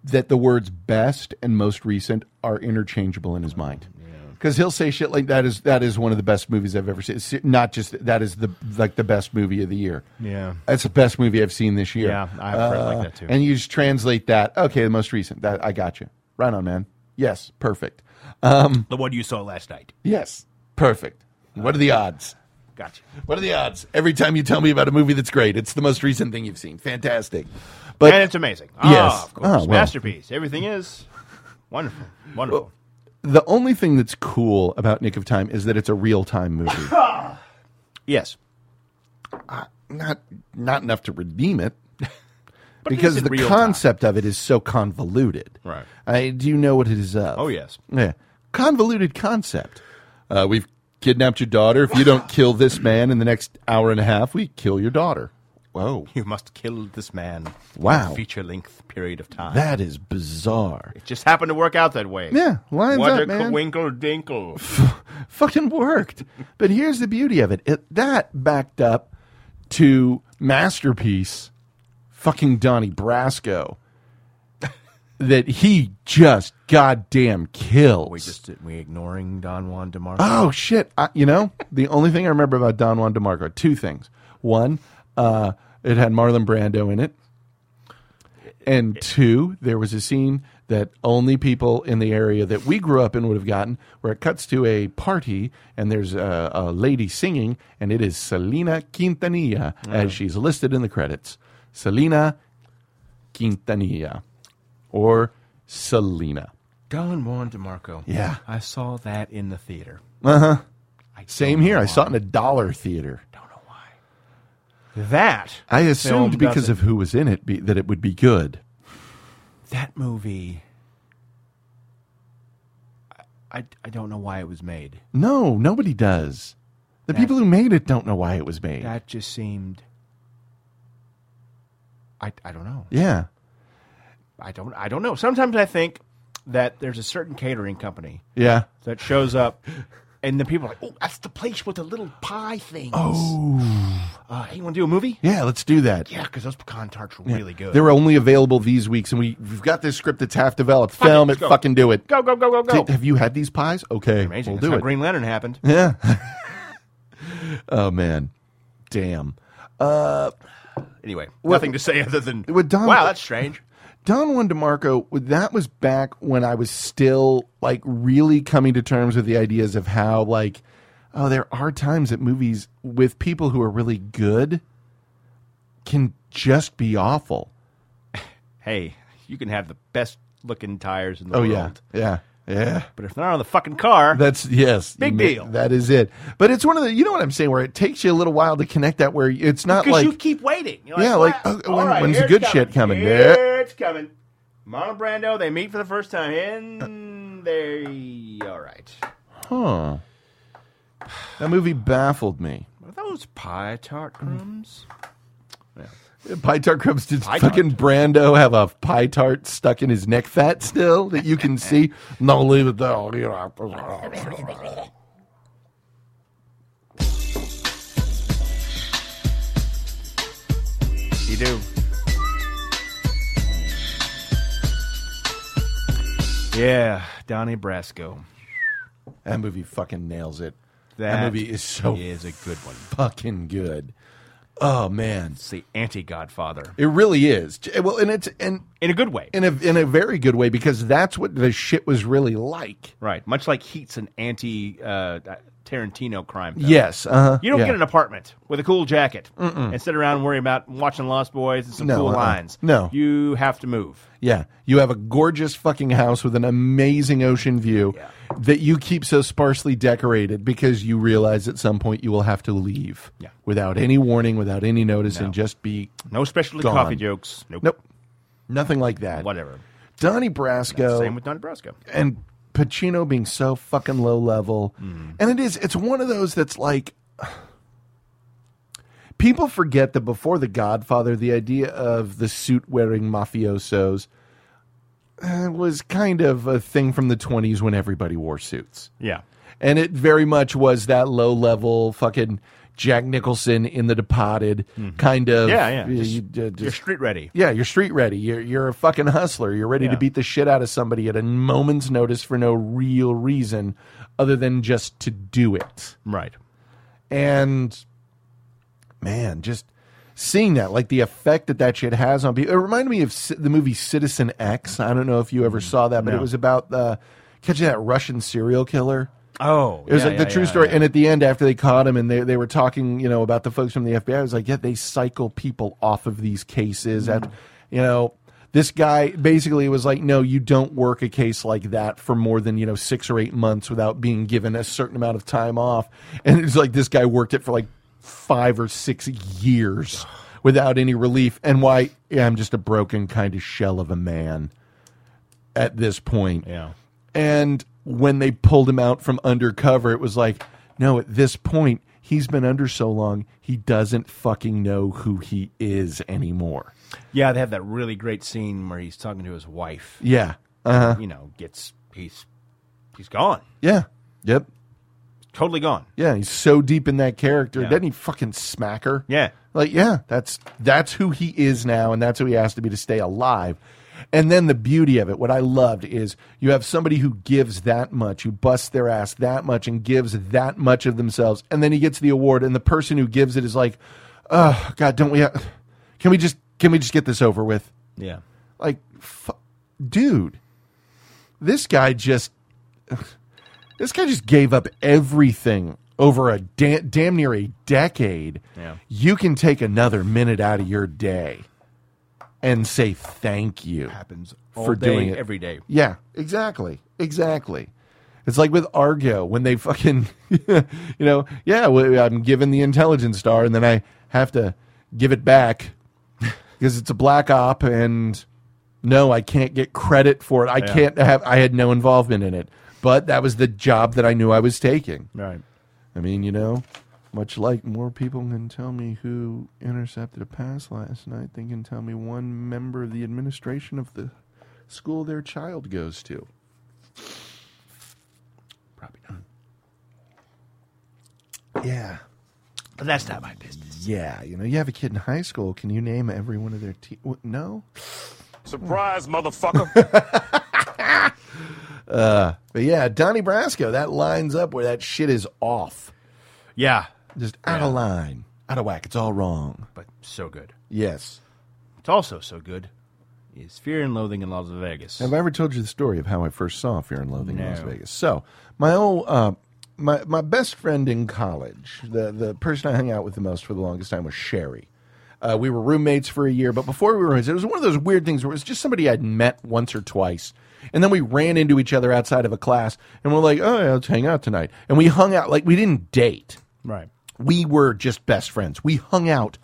J: that the words "best" and "most recent" are interchangeable in his mind. Because he'll say shit like that is that is one of the best movies I've ever seen. It's not just that is the like the best movie of the year.
K: Yeah.
J: that's the best movie I've seen this year. Uh,
K: Yeah, I have a friend like that too.
J: And you just translate that. Okay, the most recent. That I got you. Right on, man. Yes, perfect. Um,
K: The one you saw last night. Uh,
J: yes, perfect. What are the odds?
K: Gotcha.
J: What are the odds? Every time you tell me about a movie that's great, it's the most recent thing you've seen. Fantastic.
K: But and it's amazing. Ah,
J: yes.
K: of course.
J: Ah, well.
K: Masterpiece. Everything is wonderful. Wonderful.
J: The only thing that's cool about Nick of Time is that it's a real time
K: <laughs>
J: movie.
K: yes.
J: Uh, not not enough to redeem
K: <laughs>
J: it.
K: it
J: because
K: is in
J: the
K: real time.
J: concept of it is so convoluted.
K: Right.
J: I do you know what it is of.
K: <laughs> Oh, yes.
J: Yeah. Convoluted concept. Uh, we've kidnapped your daughter. If you
K: <laughs>
J: don't kill this man in the next hour and a half, we kill your daughter. Whoa.
K: You must kill this man.
J: Wow.
K: Feature length period of time.
J: That is bizarre.
K: It just happened to work out that way.
J: Yeah, lines
K: what
J: up,
K: a
J: man.
K: winkle dinkle.
J: <laughs> fucking worked. But here's the beauty of it. it that backed up to masterpiece fucking Donnie Brasco <laughs> that he just goddamn kills.
K: we just we ignoring Don Juan DeMarco.
J: Oh shit! I, you know the only thing I remember about Don Juan DeMarco two things. One, uh, it had Marlon Brando in it, and two, there was a scene that only people in the area that we grew up in would have gotten, where it cuts to a party and there's a, a lady singing, and it is Selena Quintanilla as she's listed in the credits. Selena Quintanilla, or Selena.
K: Don Juan DeMarco.
J: Yeah.
K: I saw that in the theater.
J: Uh huh. Same here. I saw it in a dollar theater.
K: That
J: I
K: film
J: assumed because
K: doesn't-
J: of who was in it be, that it would be good.
K: that movie. I, I, I don't know why it was made.
J: No, nobody does. The people who made it don't know why it was made.
K: That just seemed. I, I don't know.
J: yeah.
K: I don't I don't know. Sometimes I think that there's a certain catering company
J: Yeah.
K: that
J: <laughs>
K: shows up, and the people are like, "Oh, that's the place with the little pie things."
J: Oh.
K: uh, hey, you want to do a movie?
J: Yeah, let's do that.
K: Yeah, because those pecan tarts were
J: Yeah.
K: really good.
J: They're only available these weeks, and we, we've got this script that's half developed.
K: Fuck it,
J: Film it,
K: let's go.
J: fucking do it.
K: go go go go go.
J: Did- have you had these pies? Okay,
K: Amazing.
J: we'll
K: That's
J: do
K: how
J: it.
K: Green Lantern happened.
J: Yeah. <laughs> oh man, damn. Uh,
K: Anyway,
J: Well,
K: nothing to say other than
J: with Don-
K: wow, that's strange.
J: Don Juan DeMarco, that was back when I was still like really coming to terms with the ideas of how like, oh, there are times that movies with people who are really good can just be awful.
K: Hey, you can have the best looking tires in the
J: Oh
K: world.
J: yeah, yeah, yeah.
K: But if they're not on the fucking car,
J: That's yes,
K: Big
J: ma-
K: deal.
J: That is it. But it's one of the you know what I'm saying where it takes you a little while to connect that where it's not
K: because
J: like
K: you keep waiting. You're
J: yeah, like
K: "Well,
J: oh,
K: all
J: when,
K: right,
J: when's
K: here
J: the good
K: it's
J: shit coming? Yeah.
K: Here it's coming. Marlon Brando, they meet for the first time, and they all right.
J: Huh. That movie baffled me.
K: Are those pie
J: Mm.
K: tart crumbs?
J: Pie tart crumbs. Did
K: Pie tart.
J: fucking Brando have a pie tart stuck in his neck fat still that you can
K: <laughs>
J: see? no, leave it there. You know.
K: You do. Yeah, Donnie Brasco.
J: That movie fucking nails it. That,
K: That
J: movie is so
K: is a good
J: <laughs>
K: one.
J: fucking good. Oh man,
K: It's the anti-Godfather
J: it really is. Well, and it's and
K: in a good way,
J: in a in a very good way because that's what the shit was really like.
K: right? Much like Heat's an anti-Tarantino crime. film.
J: Yes, uh-huh,
K: You don't
J: yeah.
K: get an apartment with a cool jacket and sit around worrying about watching Lost Boys and some
J: No,
K: cool
J: uh-uh.
K: lines.
J: No.
K: You have to move.
J: Yeah, you have a gorgeous fucking house with an amazing ocean view that you keep so sparsely decorated because you realize at some point you will have to leave.
K: Yeah.
J: without any warning, without any notice, and just be
K: No specialty
J: Gone.
K: coffee jokes. Nope.
J: nope, nothing like that.
K: Whatever.
J: Donnie Brasco,
K: Same with Don Brasco.
J: and Pacino being so fucking low level.
K: Mm.
J: And it is, it's one of those that's like people forget that before The Godfather, the idea of the suit wearing mafiosos uh, was kind of a thing from the 20s when everybody wore suits.
K: Yeah.
J: And it very much was that low level fucking Jack Nicholson in The Departed kind of.
K: Mm-hmm. Yeah, yeah.
J: you-
K: Just-
J: you- uh,
K: You're
J: just-
K: street ready.
J: yeah, you're street ready. You're you're a fucking hustler. You're ready
K: Yeah.
J: to beat the shit out of somebody at a moment's notice for no real reason other than just to do it.
K: Right.
J: And man, just seeing that, like the effect that that shit has on people. It reminded me of Ci- the movie Citizen X. I don't know if you ever saw that, but
K: Mm, No.
J: it was about uh, catching that Russian serial killer.
K: Oh,
J: it was
K: yeah,
J: like the
K: yeah,
J: true
K: yeah,
J: story.
K: yeah.
J: And at the end, after they caught him, and they they were talking, you know, about the folks from the FBI. I was like, yeah, they cycle people off of these cases. At you know, this guy basically was like, no, you don't work a case like that for more than you know six or eight months without being given a certain amount of time off. And it was like this guy worked it for like five or six years without any relief. And why? Yeah, I'm just a broken kind of shell of a man at this point.
K: Yeah.
J: And when they pulled him out from undercover, it was like, no, at this point, he's been under so long, he doesn't fucking know who he is anymore.
K: Yeah, they have that really great scene where he's talking to his wife.
J: Yeah. Uh-huh.
K: You know, gets he's he's gone.
J: Yeah. Yep.
K: Totally gone.
J: Yeah. He's so deep in that character.
K: Yeah.
J: Doesn't he fucking smack her?
K: Yeah.
J: Like, yeah, that's that's who he is now, and that's who he has to be to stay alive. And then the beauty of it, what I loved is you have somebody who gives that much, who busts their ass that much and gives that much of themselves, and then he gets the award, and the person who gives it is like, Oh God, don't we have can we just can we just get this over with?
K: Yeah.
J: Like fu- dude, this guy just <sighs> this guy just gave up everything over a da- damn near a decade.
K: Yeah.
J: You can take another minute out of your day and say thank you. Happens
K: all
J: for
K: day,
J: doing it
K: every day.
J: Yeah, exactly, exactly. It's like with Argo when they fucking, <laughs> you know, yeah, well, I'm given the intelligence star and then I have to give it back <laughs> because it's a black op and no, I can't get credit for it. I
K: Yeah.
J: can't have. I had no involvement in it, but that was the job that I knew I was taking.
K: Right.
J: I mean, you know, much like more people can tell me who intercepted a pass last night, they can tell me one member of the administration of the school their child goes to. Probably not. Yeah.
K: But that's not my business.
J: Yeah, you know, you have a kid in high school. Can you name every one of their te- what, no?
R: Surprise, motherfucker.
J: <laughs> Uh, but yeah, Donnie Brasco, that lines up where that shit is off.
K: Yeah.
J: Just out of line, out of whack. It's all wrong.
K: But so good.
J: Yes.
K: It's also so good. Is Fear and Loathing in Las Vegas.
J: Have I ever told you the story of how I first saw Fear and Loathing in Las
K: No.
J: Vegas? So my old, uh, my my best friend in college, the the person I hung out with the most for the longest time was Sherry. Uh, we were roommates for a year, but before we were roommates, it was one of those weird things where it was just somebody I'd met once or twice, and then we ran into each other outside of a class, and we're like, "Oh, yeah, let's hang out tonight," and we hung out like we didn't date.
K: Right.
J: We were just best friends. We hung out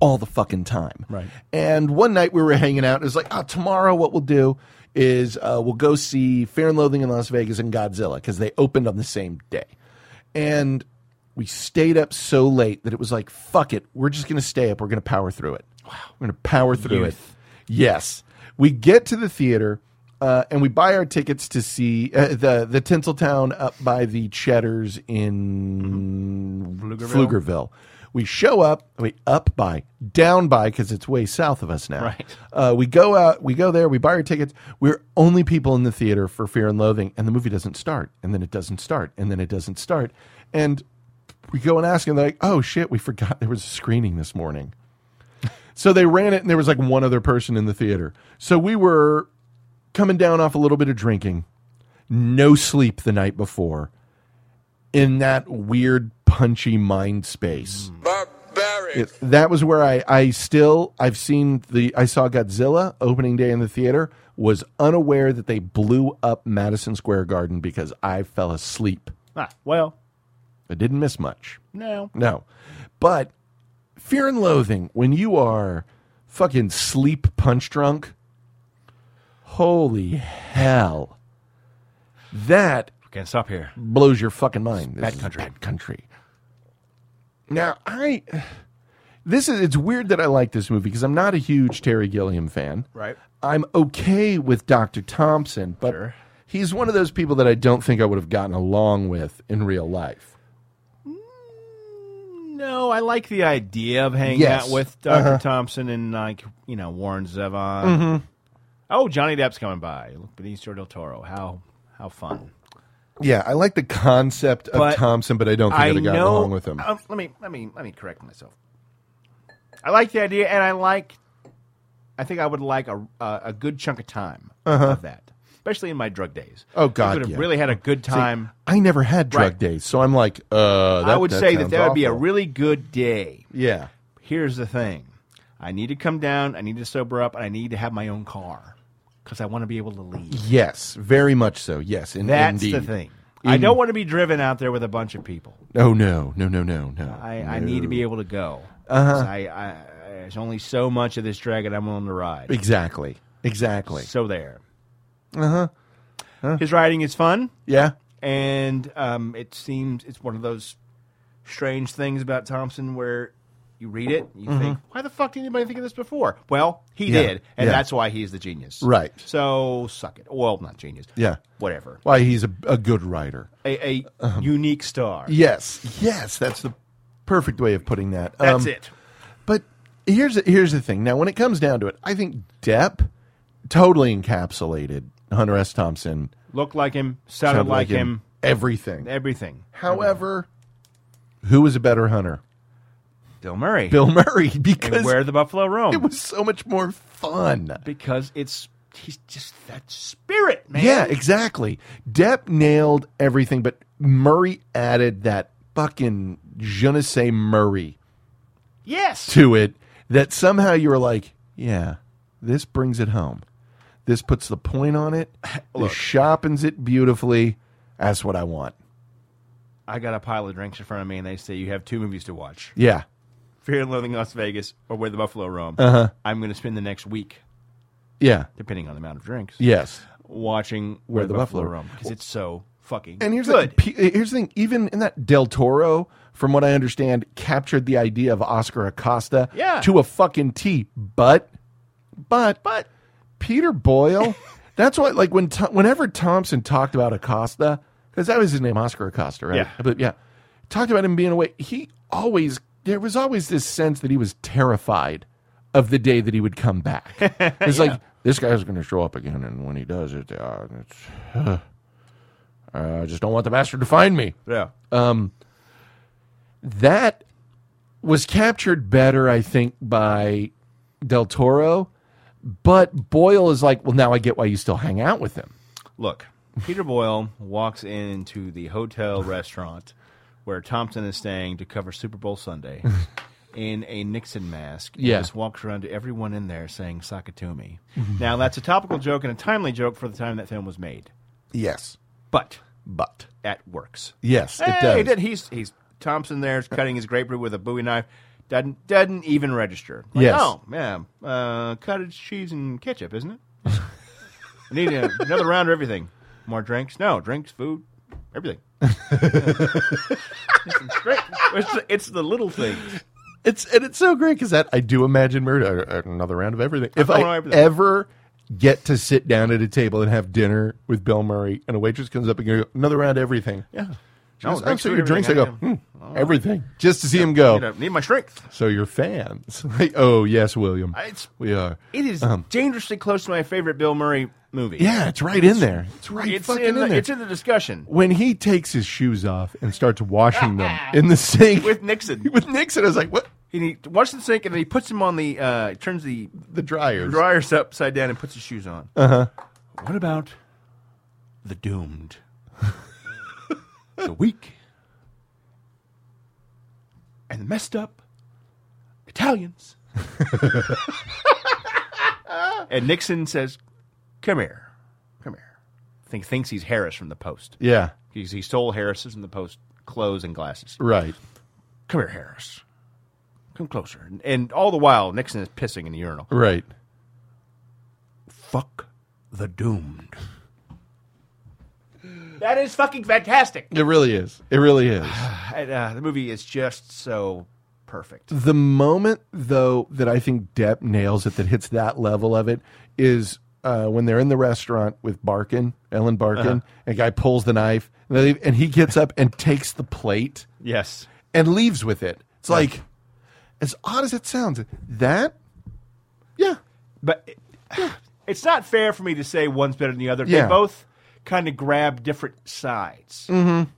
J: all the fucking time.
K: Right.
J: And one night we were hanging out. It was like, oh, tomorrow what we'll do is uh, we'll go see Fear and Loathing in Las Vegas and Godzilla because they opened on the same day. And we stayed up so late that it was like, fuck it. We're just going to stay up. We're going to power through it. Wow. We're going to power through
K: Youth.
J: it. Yes. We get to the theater. Uh, and we buy our tickets to see uh, the the Tinseltown up by the Cheddars in
K: Pflugerville?
J: Pflugerville. We show up, we up by, down by, because it's way south of us now.
K: Right.
J: Uh, we go out, we go there, we buy our tickets. We're only people in the theater for Fear and Loathing, and the movie doesn't start, and then it doesn't start, and then it doesn't start. And we go and ask, and they're like, oh shit, we forgot there was a screening this morning. So they ran it, and there was like one other person in the theater. So we were coming down off a little bit of drinking, no sleep the night before, in that weird, punchy mind space.
M: Mm.
J: Barbaric. that was where I, I still, I've seen the, I saw Godzilla opening day in the theater, was unaware that they blew up Madison Square Garden because I fell asleep.
K: Ah, well,
J: I didn't miss much.
K: no.
J: No. But fear and loathing, when you are fucking sleep punch drunk, holy hell. That
K: Can't stop here.
J: blows your fucking mind. This
K: Bad
J: is
K: country.
J: Bad country. Now I this is it's weird that I like this movie because I'm not a huge Terry Gilliam fan.
K: Right.
J: I'm okay with Dr. Thompson, but he's one of those people that I don't think I would have gotten along with in real life.
K: No, I like the idea of hanging
J: Yes.
K: out with doctor
J: Uh-huh.
K: Thompson and like you know Warren Zevon.
J: Mhm.
K: Oh, Johnny Depp's coming by. Look, Benicio del Toro. How how fun!
J: Yeah, I like the concept of
K: But
J: Thompson, but I don't think I'd have gotten
K: know-
J: along with him.
K: Um, let me let me let me correct myself. I like the idea, and I like. I think I would like a a, a good chunk of time
J: Uh-huh.
K: of that. especially in my drug days.
J: Oh God,
K: I could have
J: yeah.
K: really had a good time.
J: See, I never had drug
K: Right.
J: days, so I'm like, uh, that,
K: I would say that
J: sounds
K: that would be a
J: awful.
K: really good day.
J: Yeah.
K: Here's the thing I need to come down, I need to sober up, and I need to have my own car because I want to be able to leave.
J: yes, very much so. Yes, in,
K: That's the
J: indeed.
K: thing.
J: In-
K: I don't want to be driven out there with a bunch of people.
J: Oh no, no, no, no, no.
K: I, I need to be able to go.
J: Uh-huh.
K: 'Cause I, I, there's only so much of this dragon I'm willing to ride.
J: Exactly. Exactly.
K: So there.
J: Uh huh.
K: His writing is fun.
J: Yeah.
K: And um, it seems it's one of those strange things about Thompson where you read it, you
J: Mhm.
K: think, why the fuck did anybody think of this before? Well, he
J: Yeah.
K: did, and
J: Yeah.
K: that's why he's the genius.
J: Right.
K: So suck it. Well, not genius.
J: Yeah.
K: Whatever.
J: Why he's a, a good writer.
K: A, a
J: Um,
K: unique star.
J: Yes, yes, that's the perfect way of putting that. Um,
K: That's it.
J: But here's here's the thing. Now, when it comes down to it, I think Depp totally encapsulated Hunter S. Thompson.
K: Looked like him, sounded, like, him.
J: Everything.
K: Everything.
J: However, Who was a better hunter?
K: Bill Murray.
J: Bill Murray. <laughs>
K: and
J: Because
K: where the buffalo roam.
J: it was so much more fun.
K: because it's he's just that spirit, man.
J: Yeah, exactly. Depp nailed everything, but Murray added that fucking je ne sais Murray
K: Yes.
J: to it that somehow you were like, yeah, this brings it home. This puts the point on
K: <sighs>
J: it. This sharpens it beautifully. That's what I want.
K: I got a pile of drinks in front of me, and they say you have two movies to watch:
J: Yeah.
K: Fear and Loathing in Las Vegas or Where the Buffalo Roam.
J: Uh-huh.
K: I'm going to spend the next week,
J: Yeah.
K: depending on the amount of drinks,
J: Yes.
K: watching Where, the, Buffalo, Roam because it's so fucking
J: And here's
K: good.
J: The, pe- uh, here's the thing. Even in that Del Toro, from what I understand, captured the idea of Oscar Acosta
K: Yeah.
J: to a fucking T. But, but,
K: but
J: Peter Boyle. that's why, like when Tho- whenever Thompson talked about Acosta, because that was his name, Oscar Acosta, right?
K: Yeah.
J: But yeah, talked about him being away. He always there was always this sense that he was terrified of the day that he would come back. It's like this guy's going to show up again, and when he does, it, uh, it's. <sighs> I just don't want the master to find me.
K: Yeah. Uh.
J: Um, that was captured better, I think, by Del Toro. But Boyle is like, well, now I get why you still hang out with him.
K: Look, Peter Boyle walks into the hotel <laughs> restaurant where Thompson is staying to cover Super Bowl <laughs> Sunday in a Nixon mask. and
J: Yeah.
K: just walks around to everyone in there saying Sakatumi. now, that's a topical joke and a timely joke for the time that film was made.
J: Yes.
K: But
J: But
K: that works.
J: yes,
K: hey,
J: it does.
K: he did. He's, he's Thompson there is cutting his grapefruit with a Bowie knife. Doesn't, doesn't even register. Like,
J: Yes.
K: Oh, yeah. Uh, cottage cheese and ketchup, isn't it? I need a, another round of everything. More drinks? No, drinks, food,
J: <laughs>
K: everything. it's, great. It's the- it's the little things.
J: It's and it's so great because that I do imagine murder another round of everything. If
K: Another
J: I
K: round of everything.
J: ever get to sit down at a table and have dinner with Bill Murray, and a waitress comes up and goes, "Another round of everything."
K: Yeah.
J: She goes, "I'm
K: No, drinks,
J: sorry,
K: food,
J: your drinks. I go,
K: everything.
J: hmm,
K: Yeah. All
J: everything, just to see him go.
K: Need, a- need my strength.
J: So you're fans? <laughs> like, oh yes, William,
K: I- it's-
J: we are.
K: It is
J: Um,
K: dangerously close to my favorite Bill Murray movie.
J: yeah, it's right in there. It's right
K: It's
J: fucking
K: in,
J: in,
K: the,
J: there.
K: It's in the discussion
J: when he takes his shoes off and starts washing <laughs> them in the sink <laughs>
K: with Nixon.
J: with Nixon, I was like, what?
K: And he washes the sink and then he puts him on the uh, turns the
J: The dryers.
K: dryers upside down and puts his shoes on.
J: uh huh.
K: What about the doomed? <laughs> the weak and the messed up Italians. <laughs> and Nixon says, Come here. Come here. Think thinks he's Harris from the Post.
J: Yeah.
K: He's, he stole Harris's from the Post clothes and glasses.
J: Right.
K: Come here, Harris. Come closer. And, and all the while, Nixon is pissing in the urinal.
J: Right.
K: Fuck the doomed. That is fucking fantastic.
J: It really is. It really is. <sighs>
K: And, uh, the movie is just so perfect.
J: The moment though that I think Depp nails it, that hits that level of it, is uh, when they're in the restaurant with Barkin, Ellen Barkin,
K: Uh-huh.
J: and a guy pulls the knife, and, they leave, and he gets up and takes the plate
K: Yes.
J: and leaves with it. It's like, as odd as it sounds, that, yeah,
K: But <sighs> it's not fair for me to say one's better than the other.
J: Yeah.
K: They both kind of grab different sides.
J: mm-hmm.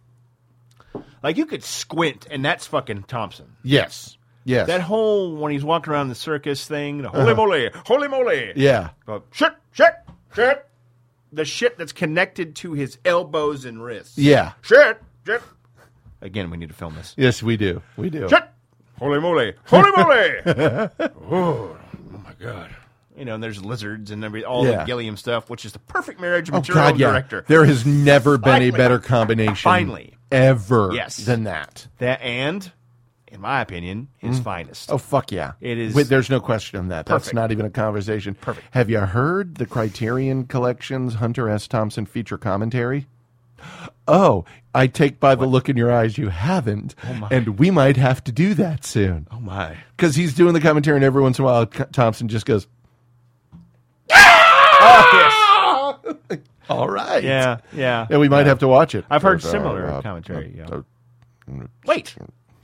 K: Like you could squint, and that's fucking Thompson.
J: yes, yes,
K: That whole when he's walking around the circus thing, the holy
J: Uh-huh.
K: moly, holy moly.
J: yeah,
K: Uh, shit, shit, shit. the shit that's connected to his elbows and wrists.
J: Yeah.
K: Shit. Shit. Again, we need to film this.
J: Yes, we do. We do.
K: Shit. Holy moly. Holy moly. <laughs> oh, oh, my God. You know, and there's lizards and every, all
J: Yeah.
K: the Gilliam stuff, which is the perfect marriage
J: Oh
K: material
J: God, yeah.
K: director.
J: There has never been
K: Finally.
J: a better combination.
K: Finally.
J: ever.
K: Yes.
J: than that.
K: That and, in my opinion, his
J: Mm.
K: finest.
J: Oh fuck yeah!
K: It is-
J: Wait, there's no question on that.
K: Perfect.
J: That's not even a conversation.
K: Perfect.
J: Have you heard the Criterion Collection's Hunter S. Thompson feature commentary? Oh, I take by the look in your eyes you haven't,
K: Oh, my.
J: and we might have to do that soon.
K: Oh my.
J: Because he's doing the commentary, and every once in a while, C- Thompson just goes,
K: Oh, yes.
J: "All right,
K: Yeah, yeah.
J: and we might
K: yeah.
J: have to watch it."
K: I've heard
J: Uh,
K: similar
J: uh,
K: commentary. Yeah.
J: uh,
K: Wait.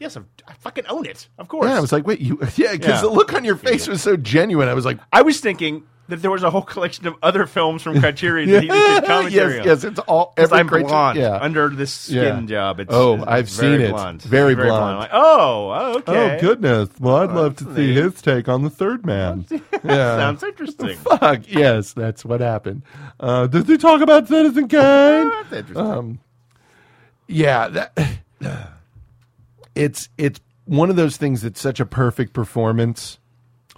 K: Yes, I've, I fucking own it. Of course.
J: Yeah, I was like, "Wait, you?" <laughs> Yeah, because
K: Yeah.
J: the look on your face was so genuine. I was
K: <laughs>
J: like,
K: I was thinking that there was a whole collection of other films <laughs> from Criterion that he just did
J: <laughs>
K: commentary
J: yes,
K: on.
J: yes, it's all
K: 'Cause
J: every
K: I'm
J: Criterion-
K: blonde
J: yeah.
K: under this skin
J: Yeah.
K: job. It's,
J: oh,
K: it's
J: I've
K: very
J: seen it.
K: blonde.
J: Very,
K: Very
J: blonde.
K: blonde. Like, oh, oh, okay.
J: Oh
K: <laughs>
J: goodness. Well, I'd love to see
K: Interesting.
J: his take on the third man. yeah.
K: <laughs> Sounds interesting.
J: Fuck yes, that's what happened. Uh, did they talk about Citizen Kane?
K: That's interesting.
J: Um, yeah, that <sighs> it's it's one of those things that's such a perfect performance.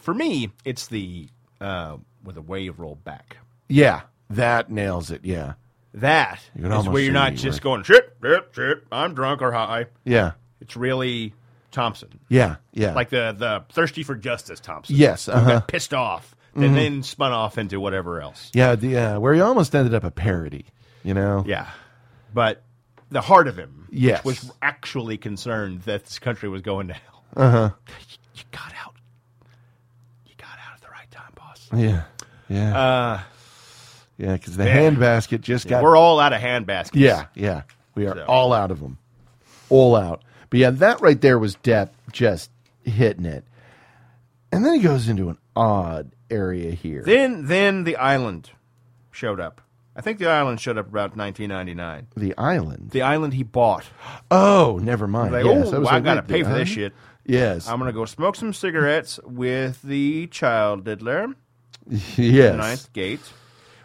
K: For me, it's the uh, with a wave roll back.
J: Yeah, that nails it. Yeah,
K: That
J: You can
K: is
J: almost
K: where you're
J: see
K: not
J: where-
K: just going shit, shit, shit. I'm drunk or high.
J: yeah,
K: It's really Thompson.
J: yeah, yeah.
K: Like the the thirsty for justice Thompson.
J: Yes,
K: who
J: uh-huh.
K: got pissed off and
J: Mhm.
K: then spun off into whatever else.
J: yeah, the, uh, where he almost ended up a parody. You know.
K: Yeah, but the heart of him, which
J: Yes.
K: was actually concerned that this country was going to hell.
J: Uh huh. You, got out. You got out at the right time, boss. Yeah. Yeah.
K: Uh,
J: yeah, because the
K: man.
J: handbasket just got.
K: we're all out of hand baskets.
J: Yeah, yeah. We are all out of them. All out. But yeah, that right there was Depp just hitting it. And then he goes into an odd area here.
K: Then then the island showed up. I think the island showed up about 1999.
J: the island.
K: The island he bought.
J: Oh, never mind.
K: Like,
J: yes,
K: oh,
J: was
K: I
J: like,
K: gotta
J: wait, the
K: pay for
J: island?
K: this shit.
J: Yes.
K: I'm gonna go smoke some cigarettes with the child diddler.
J: <laughs> yes.
K: The ninth gate,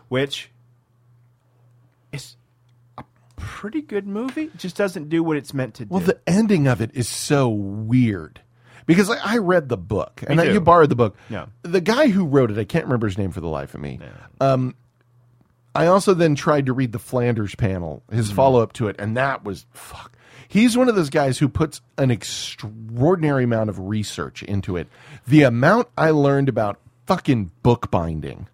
K: which is a pretty good movie. It just doesn't do what it's meant to do.
J: Well, the ending of it is so weird because like, I read the book and I-
K: too.
J: you borrowed the book.
K: Yeah.
J: The guy who wrote it, I can't remember his name for the life of me. Um, I also then tried to read the Flanders panel, his
K: Mm-hmm.
J: follow up to it, and that was fuck. He's one of those guys who puts an extraordinary amount of research into it. The amount I learned about fucking bookbinding,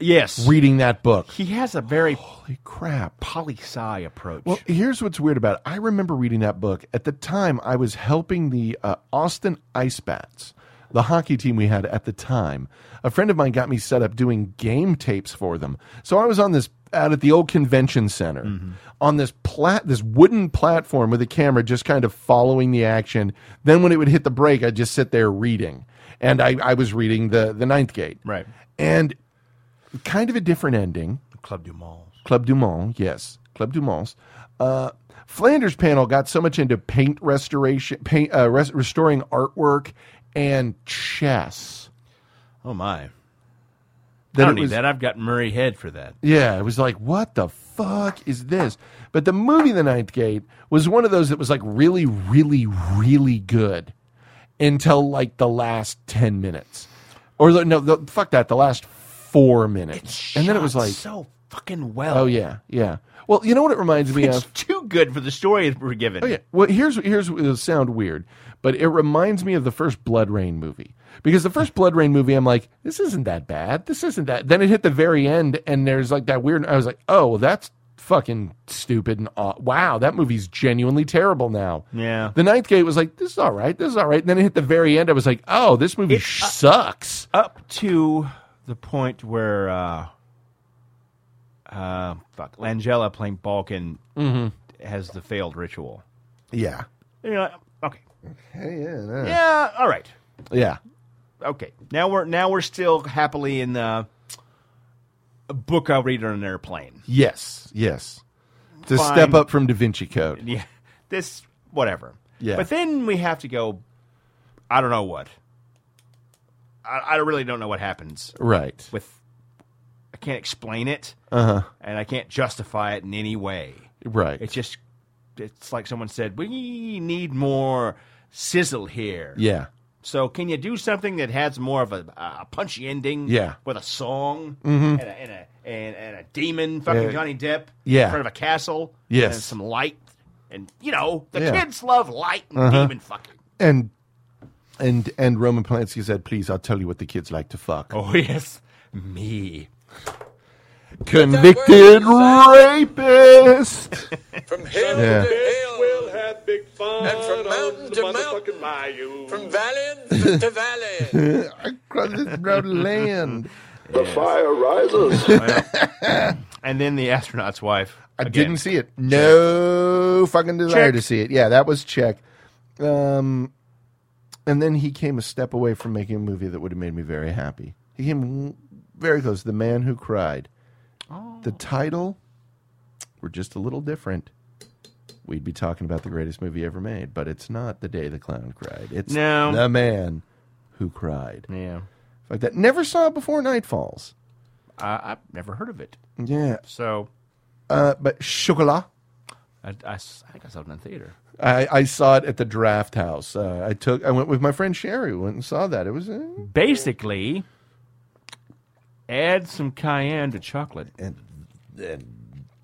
K: yes,
J: reading that book.
K: he has a very
J: holy crap
K: poli sci approach.
J: Well, here's what's weird about it. I remember reading that book. At the time, I was helping the uh, Austin Ice Bats, the hockey team we had at the time. A friend of mine got me set up doing game tapes for them. So I was on this out at the old convention center on this plat this wooden platform with a camera just kind of following the action. Then when it would hit the break, I'd just sit there reading. And I, I was reading the the ninth gate.
K: Right.
J: And kind of a different ending.
K: Club du Mans.
J: Club du Mans, yes, Club du Mans. Uh, Flanders panel got so much into paint restoration, paint uh, res- restoring artwork and chess.
K: Oh my!
J: That
K: I don't
J: it
K: need
J: was-
K: that. I've got Murray head for that.
J: Yeah, it was like, what the fuck is this? But the movie The Ninth Gate was one of those that was like really, really, really good until like the last 10 minutes. Or the, no, the, fuck that, the last four minutes. and then it was
K: shot
J: like,
K: so fucking well.
J: oh yeah, yeah. Well, you know what it reminds me
K: it's
J: of?
K: too good for the story we're given.
J: Oh yeah. Well, here's here's it'll sound weird, but it reminds me of the first Blood Rain movie because the first Blood Rain movie, I'm like, this isn't that bad. This isn't that. Then it hit the very end, and there's like that weird. I was like, oh, well, that's fucking stupid and aw- wow, that movie's genuinely terrible now.
K: Yeah.
J: The Ninth Gate was like, this is all right. This is all right. And then it hit the very end. I was like, oh, this movie
K: uh,
J: sh- sucks.
K: Up to the point where, uh, uh, fuck, Langella playing Balkan
J: Mhm.
K: has the failed ritual.
J: Yeah.
K: And you're like, okay,
J: yeah,
K: yeah, all right,
J: Yeah.
K: okay. Now we're now we're still happily in the a book I'll read on an airplane. <laughs>
J: Yes. Yes. To
K: Fine.
J: step up from Da Vinci Code.
K: Yeah, this whatever.
J: Yeah.
K: But then we have to go. I don't know what. I, I really don't know what happens
J: Right.
K: with. I I can't explain it,
J: Uh-huh.
K: and I can't justify it in any way.
J: Right.
K: It's just it's like someone said, we need more sizzle here.
J: Yeah.
K: So can you do something that has more of a, a punchy ending?
J: Yeah.
K: With a song
J: Mhm.
K: and, a, and a and and a demon fucking
J: Yeah.
K: Johnny Depp.
J: Yeah.
K: In front of a castle.
J: Yes.
K: And some light. And you know the
S: Yeah.
K: kids love light and
J: Uh-huh.
K: demon fucking.
J: And and and Roman Polanski said, "Please, I'll tell you what the kids like to fuck." <laughs>
K: Oh yes, me.
J: Convicted rapist.
P: From hill
J: Yeah.
P: to hill, we'll have big fun. And from mountain to mountain, From valley to valley.
J: Across this broad land.
P: The fire rises.
K: and then the astronaut's wife.
J: I didn't see it. No fucking desire
K: Check.
J: to see it. Yeah, that was check. Um, and then he came a step away from making a movie that would have made me very happy. He came w- very close. The Man Who Cried.
K: Oh.
J: The title were just a little different. We'd be talking about the greatest movie ever made, but it's not The Day the Clown Cried. It's
K: No.
J: The Man Who Cried.
K: Yeah.
J: Like that. Never saw it before Night Falls.
K: I, I've never heard of it.
J: Yeah.
K: So
J: Uh, but Chocolat.
K: I, I s- I think I saw it in the theater.
J: I, I saw it at the Draft House. Uh, I took I went with my friend Sherry. We Went and saw that. It was uh,
K: Basically, add some cayenne to chocolate,
J: and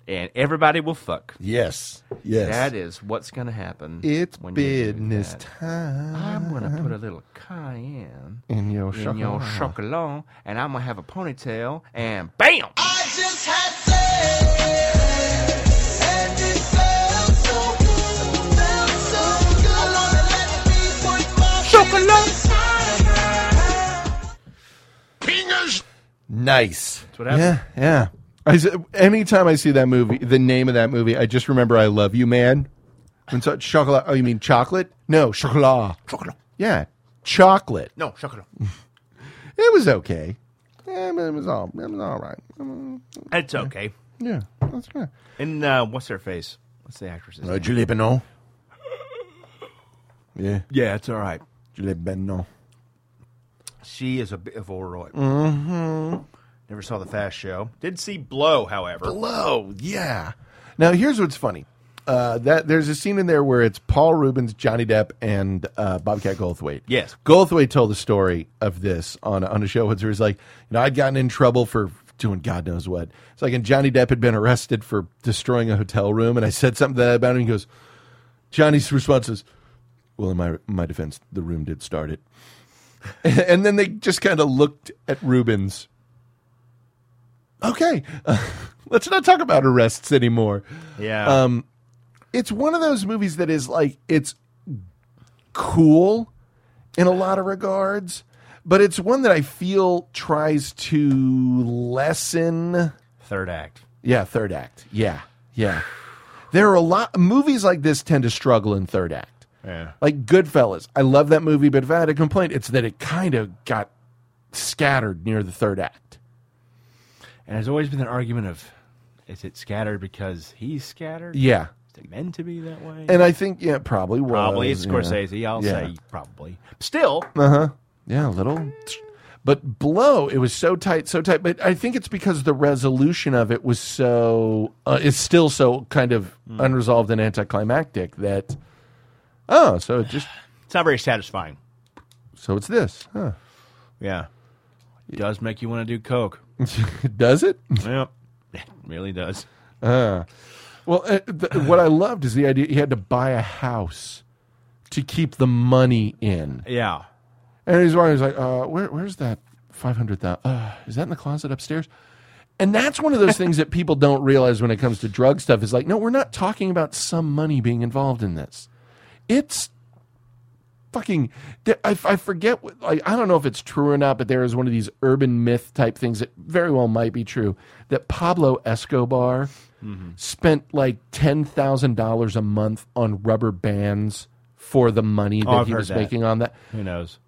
K: and, everybody will fuck.
J: Yes, yes.
K: That is what's going to happen.
J: it's
K: when you do
J: business
K: that.
J: time.
K: I'm going to put a little cayenne
J: in your
K: in your
J: chocolat.
K: chocolat, and I'm going to have a ponytail, and bam!
J: Nice. That's
K: what happened.
J: Yeah, yeah. I s- anytime I see that movie, the name of that movie, I just remember I love you, man. And so chocolate. Oh, you mean chocolate? No, chocolat. Chocolate. Yeah, chocolate.
K: No, chocolate.
J: It was okay. Yeah, it was all it was all right. Um,
K: It's okay.
J: Yeah, that's right.
K: And uh, what's her face? What's the actress's name?
J: Uh, Julie Benot. Yeah,
K: Yeah, it's all right.
J: Julie Benot.
K: She is a bit of Olroy.
J: Mm-hmm.
K: Never saw the Fast Show. Did see Blow, however.
J: Blow, yeah. Now here's what's funny. Uh, that there's a scene in there where it's Paul Rubens, Johnny Depp, and uh, Bobcat Goldthwait.
K: Yes.
J: Goldthwait told the story of this on on a show once where he's like, you know, I'd gotten in trouble for doing God knows what. It's like, and Johnny Depp had been arrested for destroying a hotel room, and I said something to that about him. He goes, Johnny's response is, "Well, in my my defense, the room did start it." <laughs> and then they just kind of looked at Rubens. Okay, <laughs> let's not talk about arrests anymore.
K: Yeah.
J: Um, it's one of those movies that is like it's cool in a lot of regards, but it's one that I feel tries to lessen.
K: Third act.
J: Yeah, third act. Yeah, yeah. There are a lot movies like this tend to struggle in third act.
K: Yeah.
J: Like Goodfellas, I love that movie, but if I had a complaint, it's that it kind of got scattered near the third act.
K: And there's always been an argument of, is it scattered because he's scattered?
J: Yeah.
K: Is it meant to be that way?
J: And I think yeah, it probably was.
K: Probably it's
J: yeah.
K: Scorsese. I'll
J: Yeah.
K: say probably. Still,
J: Uh huh. Yeah, a little. But blow, it was so tight, so tight. But I think it's because the resolution of it was so, uh, it's still so kind of unresolved and anticlimactic that, oh, so it just,
K: it's not very satisfying.
J: so it's this, huh? <laughs>
K: Yeah. It does make you want to
J: <laughs>
K: do coke.
J: Does it?
K: yep. It really does.
J: Uh, well, uh, th- what I loved is the idea he had to buy a house to keep the money in.
K: Yeah.
J: And he's always like, uh, where, where's that 500,000? Uh, is that in the closet upstairs? And that's one of those things that people don't realize when it comes to drug stuff is like, no, we're not talking about some money being involved in this. It's fucking, th- I, I forget, what- like, I don't know if it's true or not, but there is one of these urban myth type things that very well might be true that Pablo Escobar
K: Mm-hmm.
J: spent like $10,000 a month on rubber bands for the money that
K: Oh, I've
J: he
K: heard
J: was
K: that.
J: making on that.
K: Who knows?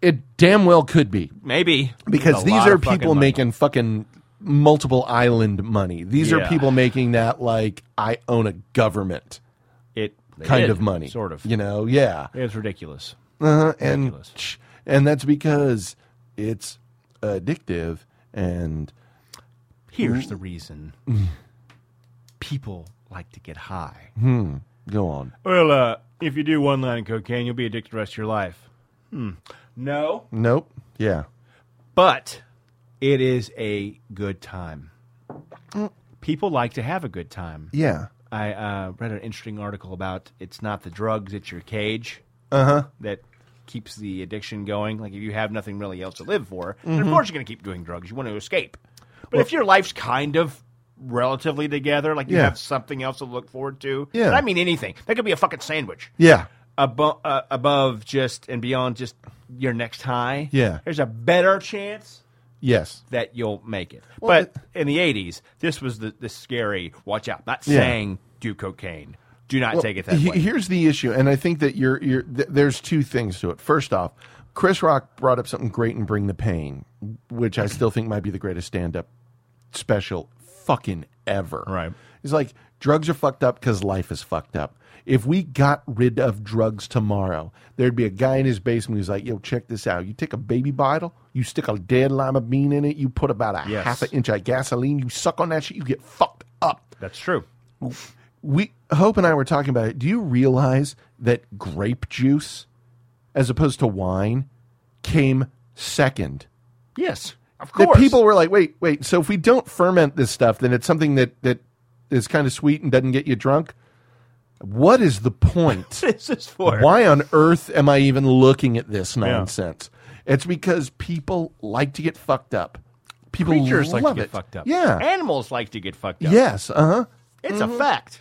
J: It damn well could be
K: Maybe.
J: because
K: A
J: these
K: lot
J: are
K: of fucking
J: people
K: money.
J: making fucking multiple island money. These are
K: Yeah.
J: people making that like I own a government
K: it they
J: kind
K: did,
J: of money,
K: Sort of.
J: You know, yeah,
K: It's ridiculous.
J: uh-huh. and and that's because it's addictive and
K: Here's
J: Mm.
K: the reason people like to get high.
J: Hmm. Go on.
K: Well, uh, if you do one line of cocaine, you'll be addicted the rest of your life. Hmm. No.
J: Nope. Yeah.
K: But it is a good time. People like to have a good time.
J: Yeah.
K: I uh, read an interesting article about it's not the drugs, it's your cage
J: Uh-huh.
K: that keeps the addiction going. Like if you have nothing really else to live for, then
J: Mm-hmm.
K: of course you're going to keep doing drugs. You want to escape. But if your life's kind of relatively together, like you
J: Yeah.
K: have something else to look forward to,
J: Yeah.
K: and I mean anything. That could be a fucking sandwich.
J: Yeah.
K: Above, uh, above just and beyond just your next high.
J: Yeah.
K: There's a better chance
J: Yes.
K: that you'll make it.
J: Well,
K: but in the 80s, this was the, the scary watch out. Not
J: Yeah.
K: saying do cocaine. Do not
J: Well,
K: take it that
J: he-
K: way.
J: Here's the issue, and I think that you're, you're th- there's two things to it. First off, Chris Rock brought up something great in Bring the Pain, which I still think might be the greatest stand up special fucking ever.
K: Right.
J: It's like drugs are fucked up because life is fucked up. If we got rid of drugs tomorrow, there'd be a guy in his basement who's like, yo, check this out. You take a baby bottle, you stick a dead lima bean in it, you put about a
K: Yes.
J: half an inch of gasoline, you suck on that shit, you get fucked up
K: That's true.
J: we Hope and I were talking about it. Do you realize that grape juice, as opposed to wine, came second?
K: Yes, of
J: That
K: course.
J: people were like, wait, wait. So if we don't ferment this stuff, then it's something that that is kind of sweet and doesn't get you drunk. What is the point?
K: <laughs> <laughs> This is for
J: Why on earth am I even looking at this nonsense? It's because people like to get fucked up. People
K: creatures
J: love
K: like to get
J: it.
K: fucked up.
J: Yeah.
K: animals like to get fucked up.
J: Yes. Uh huh.
K: it's a fact.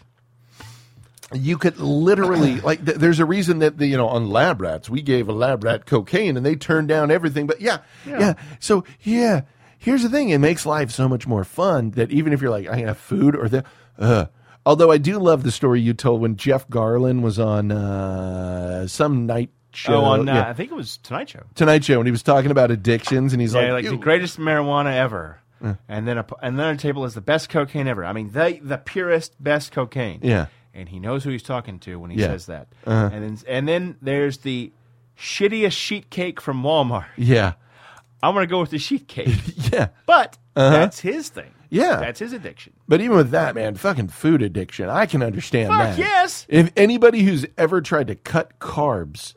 J: you could
K: <clears throat>
J: literally like th- there's a reason that the, you know on lab rats we gave a lab rat cocaine and they turned down everything but yeah yeah, so yeah here's the thing it makes life so much more fun that even if you're like i have food or the uh although i do love the story you told when jeff garlin was on uh some night show
K: oh, on uh,
J: yeah,
K: I think it was Tonight Show.
J: tonight show and he was talking about addictions and he's
K: yeah,
J: like,
K: like, the
J: "Ew."
K: greatest marijuana ever.
J: Yeah.
K: And then a, and then a table is the best cocaine ever. I mean, the the purest best cocaine.
J: Yeah.
K: And he knows who he's talking to when he
J: Yeah.
K: says that.
J: Uh-huh.
K: And then and then there's the shittiest sheet cake from Walmart. <laughs>
J: yeah
K: I'm gonna go with the sheet cake.
J: <laughs> yeah
K: But
J: Uh-huh.
K: that's his thing.
J: Yeah.
K: That's his addiction.
J: But even with that, man, fucking food addiction, I can understand
K: Fuck
J: that.
K: yes.
J: If anybody who's ever tried to cut carbs,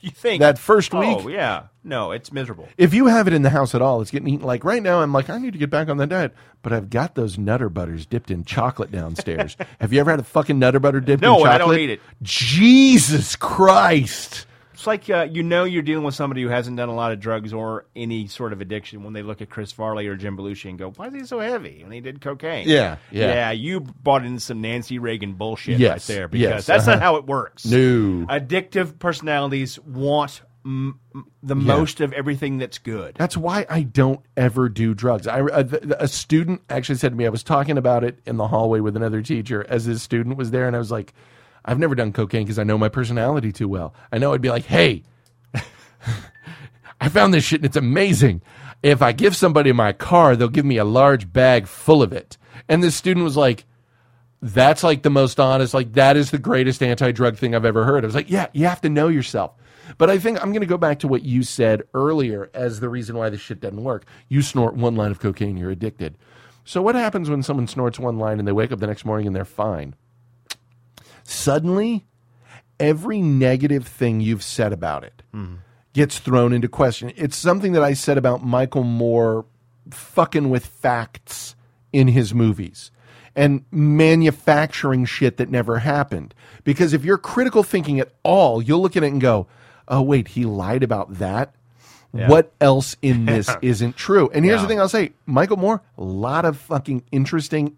K: You think
J: That first
K: Oh
J: week?
K: yeah. No, it's miserable.
J: if you have it in the house at all, it's getting eaten. Like right now, I'm like, I need to get back on the diet, but I've got those Nutter Butters dipped in chocolate
K: <laughs>
J: downstairs. have you ever had a fucking Nutter Butter dipped
K: No,
J: in
K: I
J: chocolate?
K: don't eat it.
J: Jesus Christ.
K: It's like uh, you know you're dealing with somebody who hasn't done a lot of drugs or any sort of addiction when they look at Chris Farley or Jim Belushi and go, "Why is he so heavy?" When he did cocaine.
J: Yeah, yeah.
K: You bought in some Nancy Reagan bullshit
J: Yes,
K: right there
J: yes,
K: because that's not
J: uh-huh.
K: how it works.
J: No.
K: Addictive personalities want m- m- the most of everything that's good.
J: That's why I don't ever do drugs. I, a, a student actually said to me, I was talking about it in the hallway with another teacher as this student was there, and I was like, I've never done cocaine because I know my personality too well. I know I'd be like, hey, <laughs> I found this shit and it's amazing. If I give somebody my car, they'll give me a large bag full of it. And this student was like, that's like the most honest, like that is the greatest anti-drug thing I've ever heard. I was like, yeah, you have to know yourself. But I think I'm going to go back to what you said earlier as the reason why this shit doesn't work. You snort one line of cocaine, you're addicted. So what happens when someone snorts one line and they wake up the next morning and they're fine? Suddenly, every negative thing you've said about it gets thrown into question. It's something that I said about Michael Moore fucking with facts in his movies and manufacturing shit that never happened. Because if you're critical thinking at all, you'll look at it and go, oh, wait, he lied about that.
Q: Yeah.
J: What else
Q: <laughs>
J: in this isn't true? And here's the
Q: Yeah.
J: thing I'll say Michael Moore, a lot of fucking interesting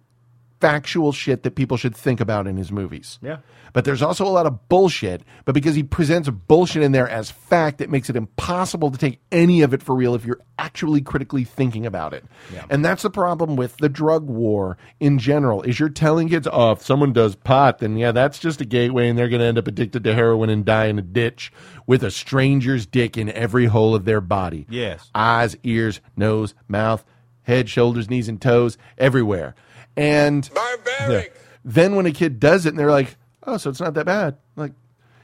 J: factual shit that people should think about in his movies.
K: Yeah.
J: But there's also a lot of bullshit. But because he presents bullshit in there as fact, it makes it impossible to take any of it for real if you're actually critically thinking about it.
Q: Yeah.
J: And that's the problem with the drug war in general. Is you're telling kids, oh, if someone does pot, then yeah, that's just a gateway, and they're going to end up addicted to heroin and die in a ditch with a stranger's dick in every hole of their body.
K: Yes.
J: Eyes, ears, nose, mouth, head, shoulders, knees, and toes, everywhere. And barbaric. Then when a kid does it and they're like, oh, so it's not that bad. Like,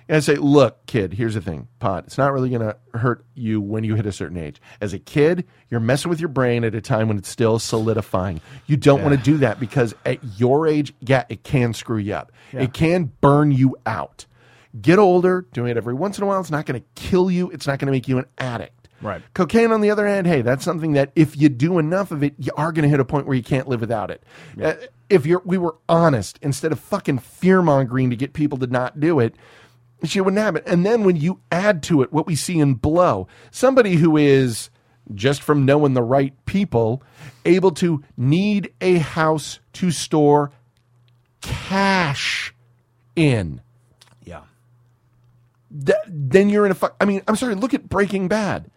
J: And I say, look, kid, here's the thing, pot. It's not really going to hurt you when you hit a certain age. As a kid, you're messing with your brain at a time when it's still solidifying. You don't
K: Yeah.
J: want to do that because at your age, yeah, it can screw you up.
K: Yeah.
J: It can burn you out. Get older, doing it every once in a while. It's not going to kill you. It's not going to make you an addict.
K: Right.
J: Cocaine, on the other hand, hey, that's something that if you do enough of it, you are going to hit a point where you can't live without it. Uh, if you're, we were honest instead of fucking fear mongering to get people to not do it, she wouldn't have it. And then when you add to it what we see in Blow, somebody who is just from knowing the right people, able to need a house to store cash in
K: Yeah.
J: th- then you're in a fuck. I mean, I'm sorry. Look at Breaking Bad.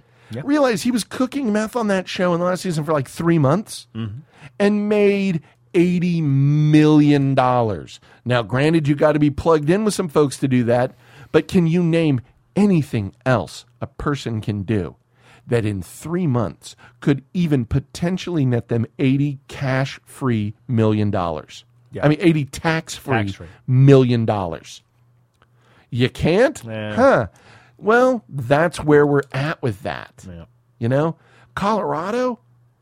J: Realize he was cooking meth on that show in the last season for like three months
K: Mm-hmm.
J: and made eighty million dollars. Now, granted, you got to be plugged in with some folks to do that, but can you name anything else a person can do that in three months could even potentially net them eighty cash-free million dollars?
K: Yeah.
J: I mean, eighty tax-free,
K: Tax-free.
J: million dollars. You can't?
K: Yeah.
J: Huh. Well, that's where we're at with that.
K: Yeah.
J: You know, Colorado,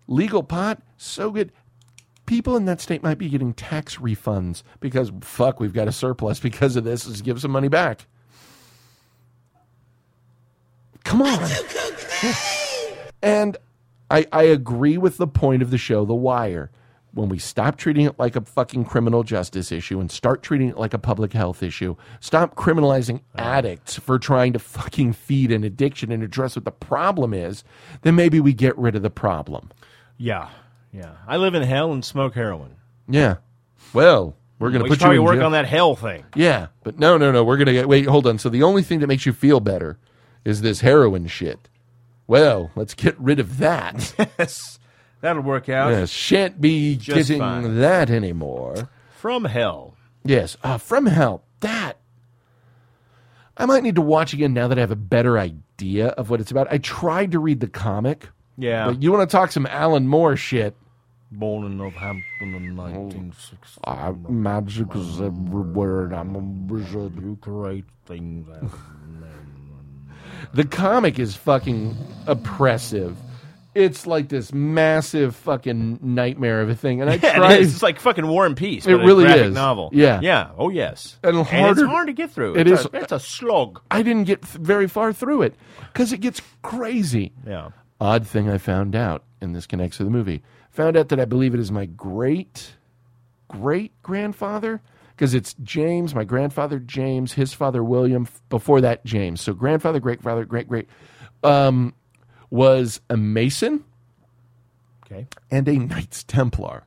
J: legal pot, so good. People in that state might be getting tax refunds because fuck, we've got a surplus because of this. Let's give some money back. Come on. And I, I agree with the point of the show, The Wire. When we stop treating it like a fucking criminal justice issue and start treating it like a public health issue, stop criminalizing
K: Uh.
J: addicts for trying to fucking feed an addiction and address what the problem is, then maybe we get rid of the problem.
K: Yeah. Yeah. I live in hell and smoke heroin.
J: Yeah. Well, we're going to
K: We
J: put
K: should probably
J: you in
K: work
J: jail.
K: on that hell thing. <laughs>
J: Yeah, but no, no, no. We're gonna get, wait. Hold on. So the only thing that makes you feel better is this heroin shit. Well, let's get rid of that. <laughs>
K: Yes. That'll work out.
J: Yeah, shan't be
K: Just
J: getting
K: fine.
J: that anymore.
K: From hell.
J: Yes, uh, from hell. That I might need to watch again now that I have a better idea of what it's about. I tried to read the comic.
K: Yeah.
J: but you want to talk some Alan Moore shit?
K: Born in Northampton in 1960.
J: Uh, magic is everywhere, and I'm a wizard.
K: You create things out of
J: <laughs> The comic is fucking oppressive. It's like this massive fucking nightmare of a thing, and I
K: <laughs> Yeah, it
J: tried.
K: is. It's like fucking War and Peace.
J: It
K: but a
J: really
K: graphic
J: is.
K: Novel.
J: Yeah.
K: Yeah. Oh yes.
J: And
K: it's
J: harder-
K: hard to get through.
J: It
K: it's
J: is-
K: A, it's a slog.
J: I didn't get th- very far through it because it gets crazy.
K: Yeah.
J: Odd thing I found out, and this connects to the movie. Found out that I believe it is my great, great grandfather because it's James, my grandfather James, his father William. f- Before that, James. So grandfather, great father, great great, um, was a Mason
K: Okay.
J: and a Knights Templar.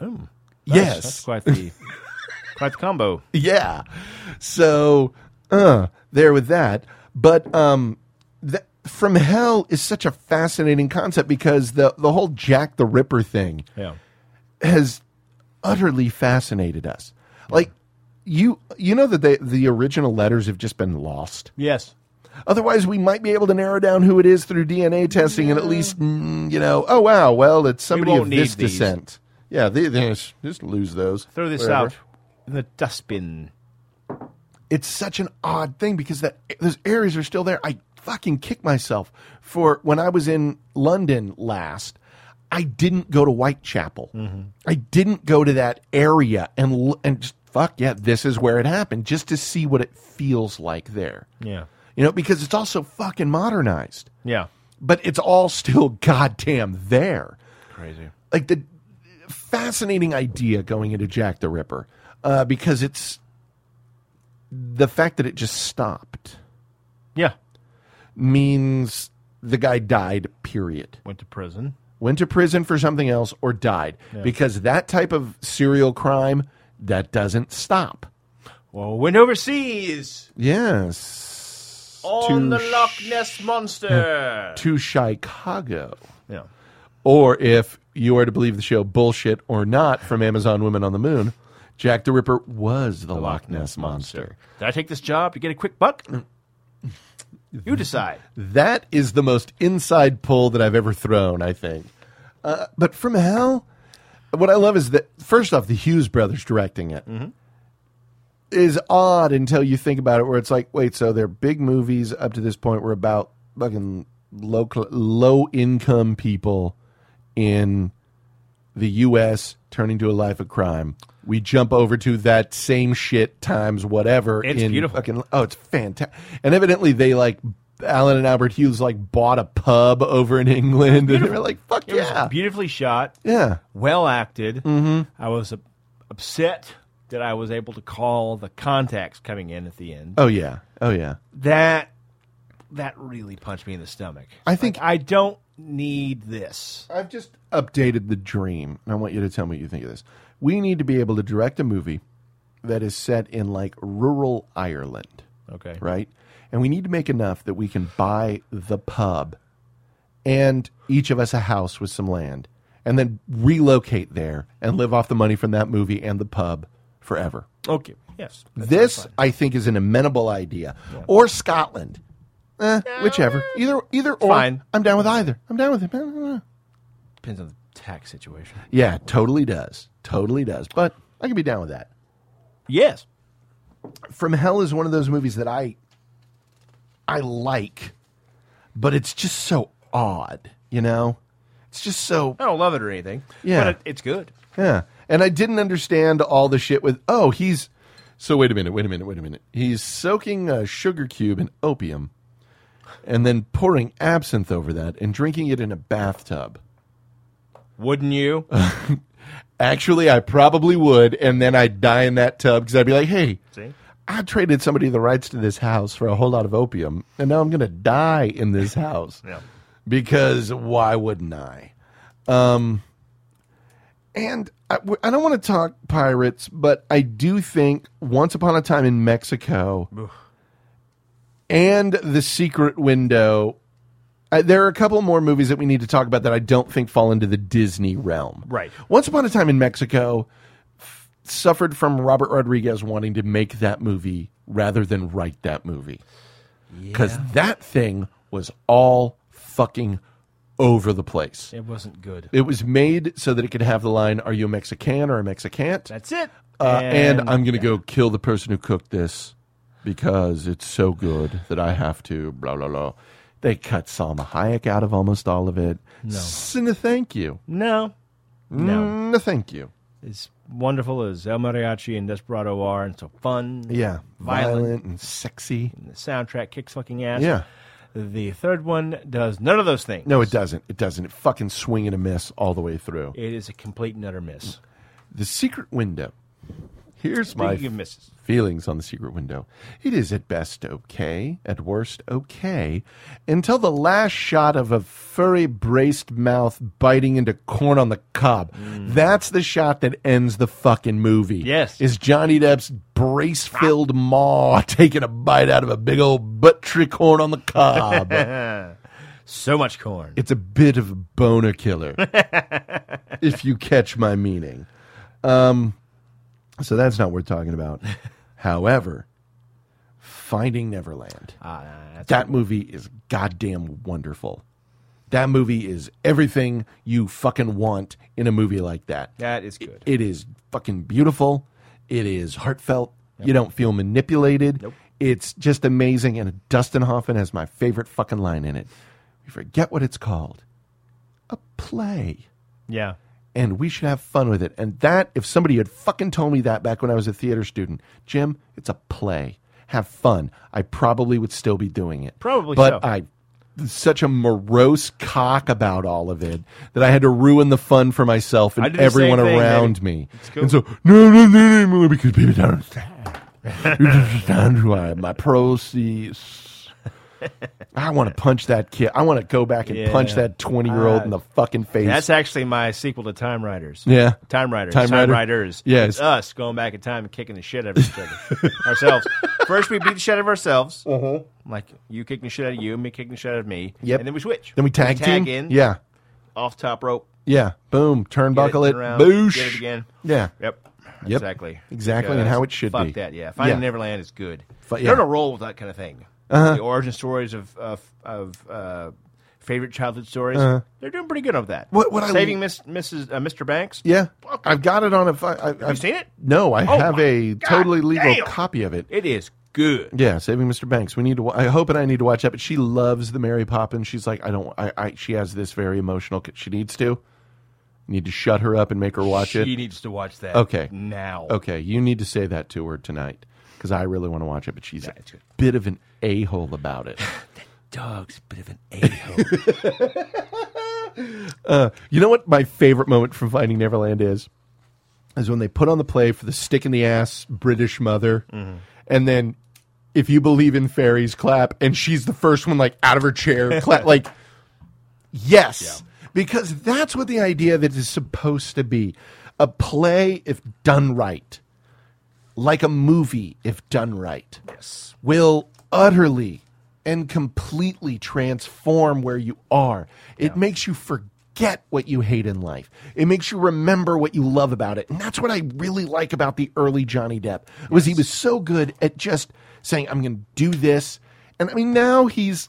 K: Oh.
J: Yes.
K: That's quite the <laughs> quite the combo.
J: yeah. So, uh, there with that. But um, th- from hell is such a fascinating concept because the the whole Jack the Ripper thing
K: Yeah.
J: has utterly fascinated us. Like you you know that they, the original letters have just been lost.
K: Yes.
J: Otherwise, we might be able to narrow down who it is through DNA testing, and at least mm, you know. Oh wow, well it's somebody
K: won't
J: of
K: need
J: this
K: these.
J: descent. Yeah, they, they just, just lose those.
K: Throw this
J: Whatever.
K: out in the dustbin.
J: it's such an odd thing because that those areas are still there. I fucking kick myself for when I was in London last. I didn't go to Whitechapel. I didn't go to that area and l- and just, fuck yeah, this is where it happened just to see what it feels like there.
K: Yeah.
J: You know, because it's also fucking modernized,
K: Yeah.
J: but it's all <laughs> still goddamn there
K: Crazy.
J: like the fascinating idea going into Jack the Ripper uh, because it's the fact that it just stopped
K: Yeah.
J: means the guy died. Period.
K: Went to prison.
J: Went to prison for something else or died
K: Yeah.
J: because that type of serial crime that doesn't stop.
K: Well, went overseas
J: Yes.
K: on
J: To
K: the Loch Ness monster.
J: to Chicago.
K: Yeah.
J: Or if you are to believe the show Bullshit or Not from Amazon Women on the Moon, Jack the Ripper was the, Loch Ness Monster.
K: Did I take this job to get a quick buck? You decide.
J: That is the most inside pull that I've ever thrown, I think. Uh, but from
K: Mm-hmm.
J: hell, what I love is that, first off, the Hughes brothers directing it. is odd until you think about it, where it's like, wait, so their big movies up to this point were about fucking low low income people in the U.S. turning to a life of crime. We jump over to that same shit times whatever.
K: It's
J: in
K: beautiful.
J: Fucking, oh, it's fantastic. And evidently, they like Alan and Albert Hughes like bought a pub over in England, and they were like, "Fuck
K: It was
J: yeah,
K: beautifully shot.
J: Yeah.
K: Well acted.
J: Mhm.
K: I was uh, upset that I was able to call the contacts coming in at the end.
J: oh yeah, oh yeah."
K: That that really punched me in the stomach.
J: I think-
K: Like, I don't need this.
J: I've just updated the dream, and I want you to tell me what you think of this. We need to be able to direct a movie that is set in like rural Ireland.
K: Okay.
J: Right? And we need to make enough that we can buy the pub and each of us a house with some land and then relocate there and live off the money from that movie and the pub forever.
K: Okay. Yes.
J: This, I think, is an amenable idea. Or Scotland. Eh, whichever. Either either or
K: Fine.
J: I'm down with either. I'm down with it.
K: Depends on the tax situation.
J: Yeah, totally does. Totally does. But I can be down with that.
K: Yes.
J: From Hell is one of those movies that I I like, but it's just so odd, you know? It's just so
K: I don't love it or anything.
J: Yeah.
K: But it, it's good.
J: Yeah. And I didn't understand all the shit with, oh, he's. So wait a minute, wait a minute, wait a minute. He's soaking a sugar cube in opium and then pouring absinthe over that and drinking it in a bathtub. <laughs>
K: Wouldn't you?
J: Actually, I probably would. And then I'd die in that tub because I'd be like, hey,
K: See?
J: I traded somebody the rights to this house for a whole lot of opium, and now I'm going to die in this house.
K: Yeah.
J: Because why wouldn't I? Um, and I, w- I don't want to talk pirates, but I do think Once Upon a Time in Mexico and The Secret Window. I, there are a couple more movies that we need to talk about that I don't think fall into the Disney realm.
K: Right.
J: Once Upon a Time in Mexico f- suffered from Robert Rodriguez wanting to make that movie rather than write that movie. Because that thing was all fucking over the place.
K: It wasn't good.
J: It was made so that it could have the line, Are you a Mexican or a Mexicant?
K: That's it.
J: Uh, and,
K: And-
J: I'm going to go kill the person who cooked this because it's so good that I have to, blah, blah, blah. They cut Salma Hayek out of almost all of it.
K: No.
J: S- no thank you.
K: No. No.
J: No, thank you.
K: As wonderful as El Mariachi and Desperado are, and so fun.
J: Yeah.
K: Violent.
J: Violent and sexy.
K: and the soundtrack kicks fucking ass.
J: Yeah.
K: The third one does none of those things.
J: No, it doesn't. It doesn't. It fucking swing and a miss all the way through.
K: It is a complete and utter miss.
J: The Secret Window. Here's my
K: Speaking of misses.
J: feelings on The Secret Window. It is at best okay, at worst okay, until the last shot of a furry braced mouth biting into corn on the cob. That's the shot that ends the fucking movie.
K: Yes.
J: Is Johnny Depp's brace filled maw <laughs> taking a bite out of a big old butt tree corn on the cob.
K: so much corn.
J: It's a bit of a boner
K: <laughs>
J: killer, if you catch my meaning. Um, so that's not worth talking
K: <laughs>
J: about. However, Finding Neverland.
K: Ah,
J: that movie is goddamn wonderful. That movie is everything you fucking want in a movie like that.
K: That is good.
J: It is fucking beautiful. It is heartfelt. You don't feel manipulated. It's just amazing. And Dustin Hoffman has my favorite fucking line in it. We forget what it's called. A play.
K: Yeah.
J: And we should have fun with it. And that, if somebody had fucking told me that back when I was a theater student, Jim, it's a play. Have fun. I probably would still be doing it.
K: Probably
J: But
K: so.
J: I such a morose cock about all of it that I had to ruin the fun for myself
K: I
J: and
K: did the
J: everyone
K: same thing,
J: around
K: Dave.
J: me.
K: It's
J: And
K: cool.
J: so no, no, no, no, no, because people don't understand. You don't understand why my proceeds. I want to punch that kid. I want to go back and
K: Yeah. Uh,
J: punch that twenty-year-old in the fucking face.
K: That's actually my sequel to Time Riders.
J: Yeah.
K: Time Riders.
J: Time
K: Time,
J: Rider.
K: Riders.
J: Yes.
K: It's us going back in time and kicking the shit out of
J: <laughs>
K: each other. ourselves. First, we beat the shit out of ourselves. Uh-huh. Like, you kicking the shit out of you, me kicking the shit out of me.
J: Yep.
K: And then we switch.
J: Then we tag, team.
K: in.
J: Yeah,
K: Off top rope.
J: yeah. Boom. Turnbuckle
K: Get
J: it.
K: it, around,
J: Boosh.
K: Get it again.
J: Yeah.
K: Yep.
J: Yep.
K: Exactly.
J: Exactly, and
K: Because
J: how it should
K: fuck
J: be.
K: that. Yeah. Finding
J: Yeah.
K: Neverland is good.
J: Fu- yeah.
K: They're on a roll with that kind of thing.
J: Uh-huh.
K: The origin stories of of, of uh, favorite childhood stories.
J: Uh-huh.
K: They're doing pretty good of that.
J: What- what I-
K: Saving Miss, Mrs. Uh, Mr. Banks?
J: Yeah, I've got it on a. fi- I, have
K: you seen it?
J: No, I
K: Oh,
J: have
K: my
J: a
K: God
J: totally legal
K: damn.
J: copy of it.
K: It is good.
J: Yeah, Saving Mr. Banks. We need to. wa- I hope and I need to watch that. But she loves the Mary Poppins. She's like, I don't. I. I she has this very emotional. c- She needs to. Need to shut her up and make her watch
K: She
J: it.
K: needs to watch that
J: Okay.
K: now.
J: Okay, you need to say that to her tonight because I really want to watch it. But she's a bit of an a hole about
K: <laughs>
J: it.
K: Dog's a bit of an a-hole.
J: Uh, you know what my favorite moment from Finding Neverland is? Is when they put on the play for the stick in the ass British mother,
Q: Mhm.
J: and then if you believe in fairies, clap, and she's the first one like out of her chair, clap like yes, because that's what the idea of it is supposed to be. A play, if done right, like a movie, if done right, yes, will utterly and completely transform where you are. It makes you forget what you hate in life. It makes you remember what you love about it. And that's what I really like about the early Johnny Depp was he was so good at just saying, I'm going to do this. And I mean, now he's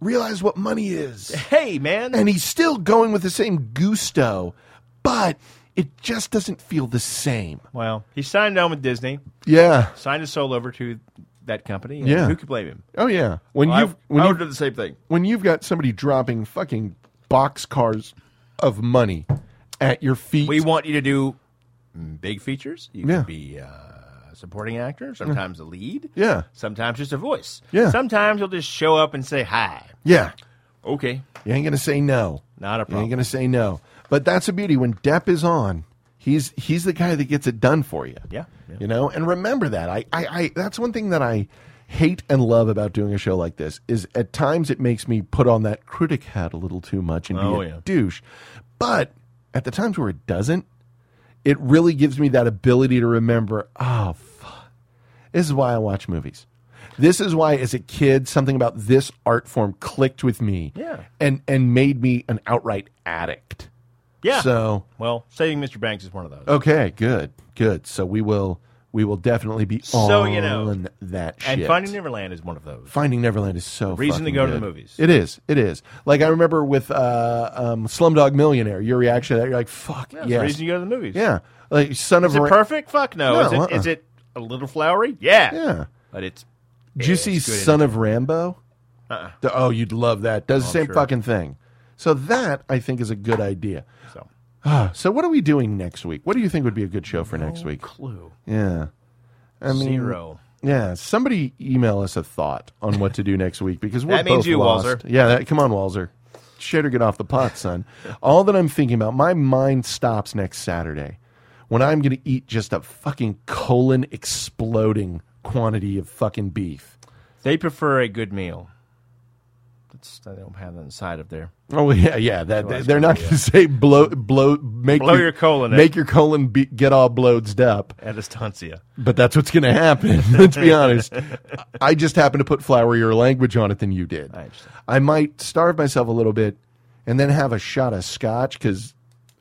J: realized what money is.
K: <laughs> Hey, man.
J: And he's still going with the same gusto, but it just doesn't feel the same.
K: well, he signed on with Disney.
J: Yeah.
K: Signed his soul over to that company. and
J: Yeah.
K: Who could blame him?
J: Oh yeah. When
K: Well, I-
J: you've when
K: I
J: you
K: would've done the same thing.
J: When you've got somebody dropping fucking boxcars of money at your feet.
K: We want you to do mm, big features. You
J: Yeah.
K: can be uh, a supporting actor, sometimes a lead.
J: Yeah.
K: Sometimes just a voice.
J: Yeah.
K: Sometimes you'll just show up and say hi.
J: Yeah.
K: Okay.
J: You ain't gonna say no.
K: Not a
J: You ain't
K: problem.
J: gonna say no. But that's the beauty. When Depp is on, he's he's the guy that gets it done for you.
K: Yeah, yeah.
J: You know, and remember that. I, I, I that's one thing that I hate and love about doing a show like this is at times it makes me put on that critic hat a little too much and
K: Oh,
J: be a
K: yeah.
J: douche. But at the times where it doesn't, it really gives me that ability to remember, oh fuck. This is why I watch movies. This is why as a kid something about this art form clicked with me
K: Yeah.
J: and and made me an outright addict.
K: Yeah.
J: So Oh,
K: Well, saving Mr. Banks is one of those.
J: okay, good, good. So we will we will definitely be
K: So,
J: on
K: you know.
J: that shit.
K: And Finding Neverland is one of those.
J: Finding Neverland is so
K: Reason to
J: fucking
K: go to the
J: good.
K: movies.
J: It is. It is. Like I remember with uh, um, Slumdog Millionaire, your reaction to that, you're like, "Fuck
K: Yeah,
J: yeah,
K: it's the reason you go to the movies.
J: Yeah, like son
K: Is
J: of
K: it
J: a-
K: perfect? Fuck no.
J: No,
K: is, it,
J: uh-uh.
K: is it a little flowery? Yeah.
J: Yeah.
K: But it's.
J: Did you see
K: good
J: Son of Rambo?
K: Uh-uh.
J: The- oh, you'd love that. Does
K: Oh,
J: the same
K: sure.
J: fucking thing. So that I think is a good idea.
K: So.
J: Ah, so what are we doing next week? What do you think would be a good show for next week?
K: Clue.
J: Yeah. I mean,
K: Zero.
J: Yeah, somebody email us a thought on what to do next week because we're
K: That means
J: both
K: you,
J: lost.
K: Walzer.
J: Yeah, that, come on, Walzer. Shit or get off the pot,
K: <laughs>
J: son. All that I'm thinking about, my mind stops next Saturday when I'm going to eat just a fucking colon exploding quantity of fucking beef.
K: They prefer a good meal. That's, I don't have that inside of there.
J: Oh yeah, yeah. That
K: So that's
J: they're not going
K: gonna be
J: to say blow, blow, make
K: Blow your colon eh? out.
J: make your colon be, get all blowed up.
K: At Estancia.
J: But that's what's going to happen. <laughs> Let's be honest. I just happened to put flowerier language on it than you did. I, might starve myself a little bit and then have a shot of scotch because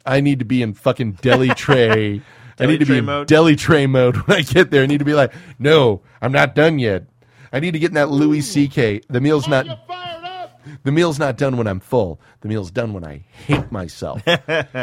J: I need to be in fucking
K: <laughs>
J: deli tray. I
K: Deli
J: need to
K: tray
J: be in
K: mode?
J: deli tray mode when I get there. I need to be like, no, I'm not done yet. I need to get in that Louis C.K. The meal's not. The meal's not done when I'm full. The meal's done when I hate myself.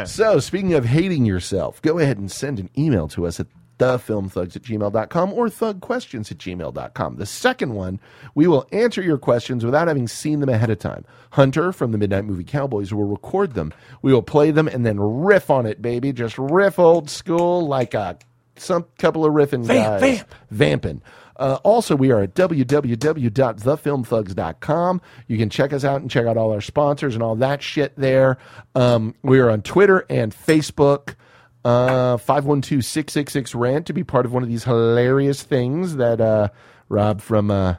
J: so, speaking of hating yourself, go ahead and send an email to us at thefilmthugs at gmail.com or thugquestions at gmail.com. The second one, we will answer your questions without having seen them ahead of time. Hunter from the Midnight Movie Cowboys will record them. We will play them and then riff on it, baby. Just riff old school like a some couple of riffing guys
K: Vamp, vamp.
J: vamping. Uh, also, we are at www.thefilmthugs.com. You can check us out and check out all our sponsors and all that shit there. Um, we are on Twitter and Facebook. Uh, 512-666-RANT to be part of one of these hilarious things that uh, Rob from uh,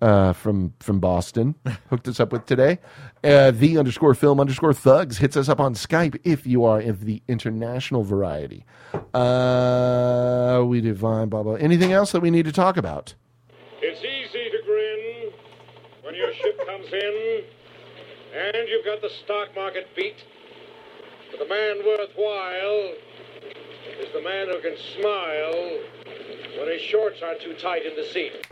J: uh, from from Boston <laughs> hooked us up with today. Uh, the underscore film underscore thugs hits us up on Skype if you are of the international variety. Uh, we divine blah blah. Anything else that we need to talk about?
P: It's easy to grin when your ship comes in and you've got the stock market beat. But the man worthwhile is the man who can smile when his shorts are too tight in the seat.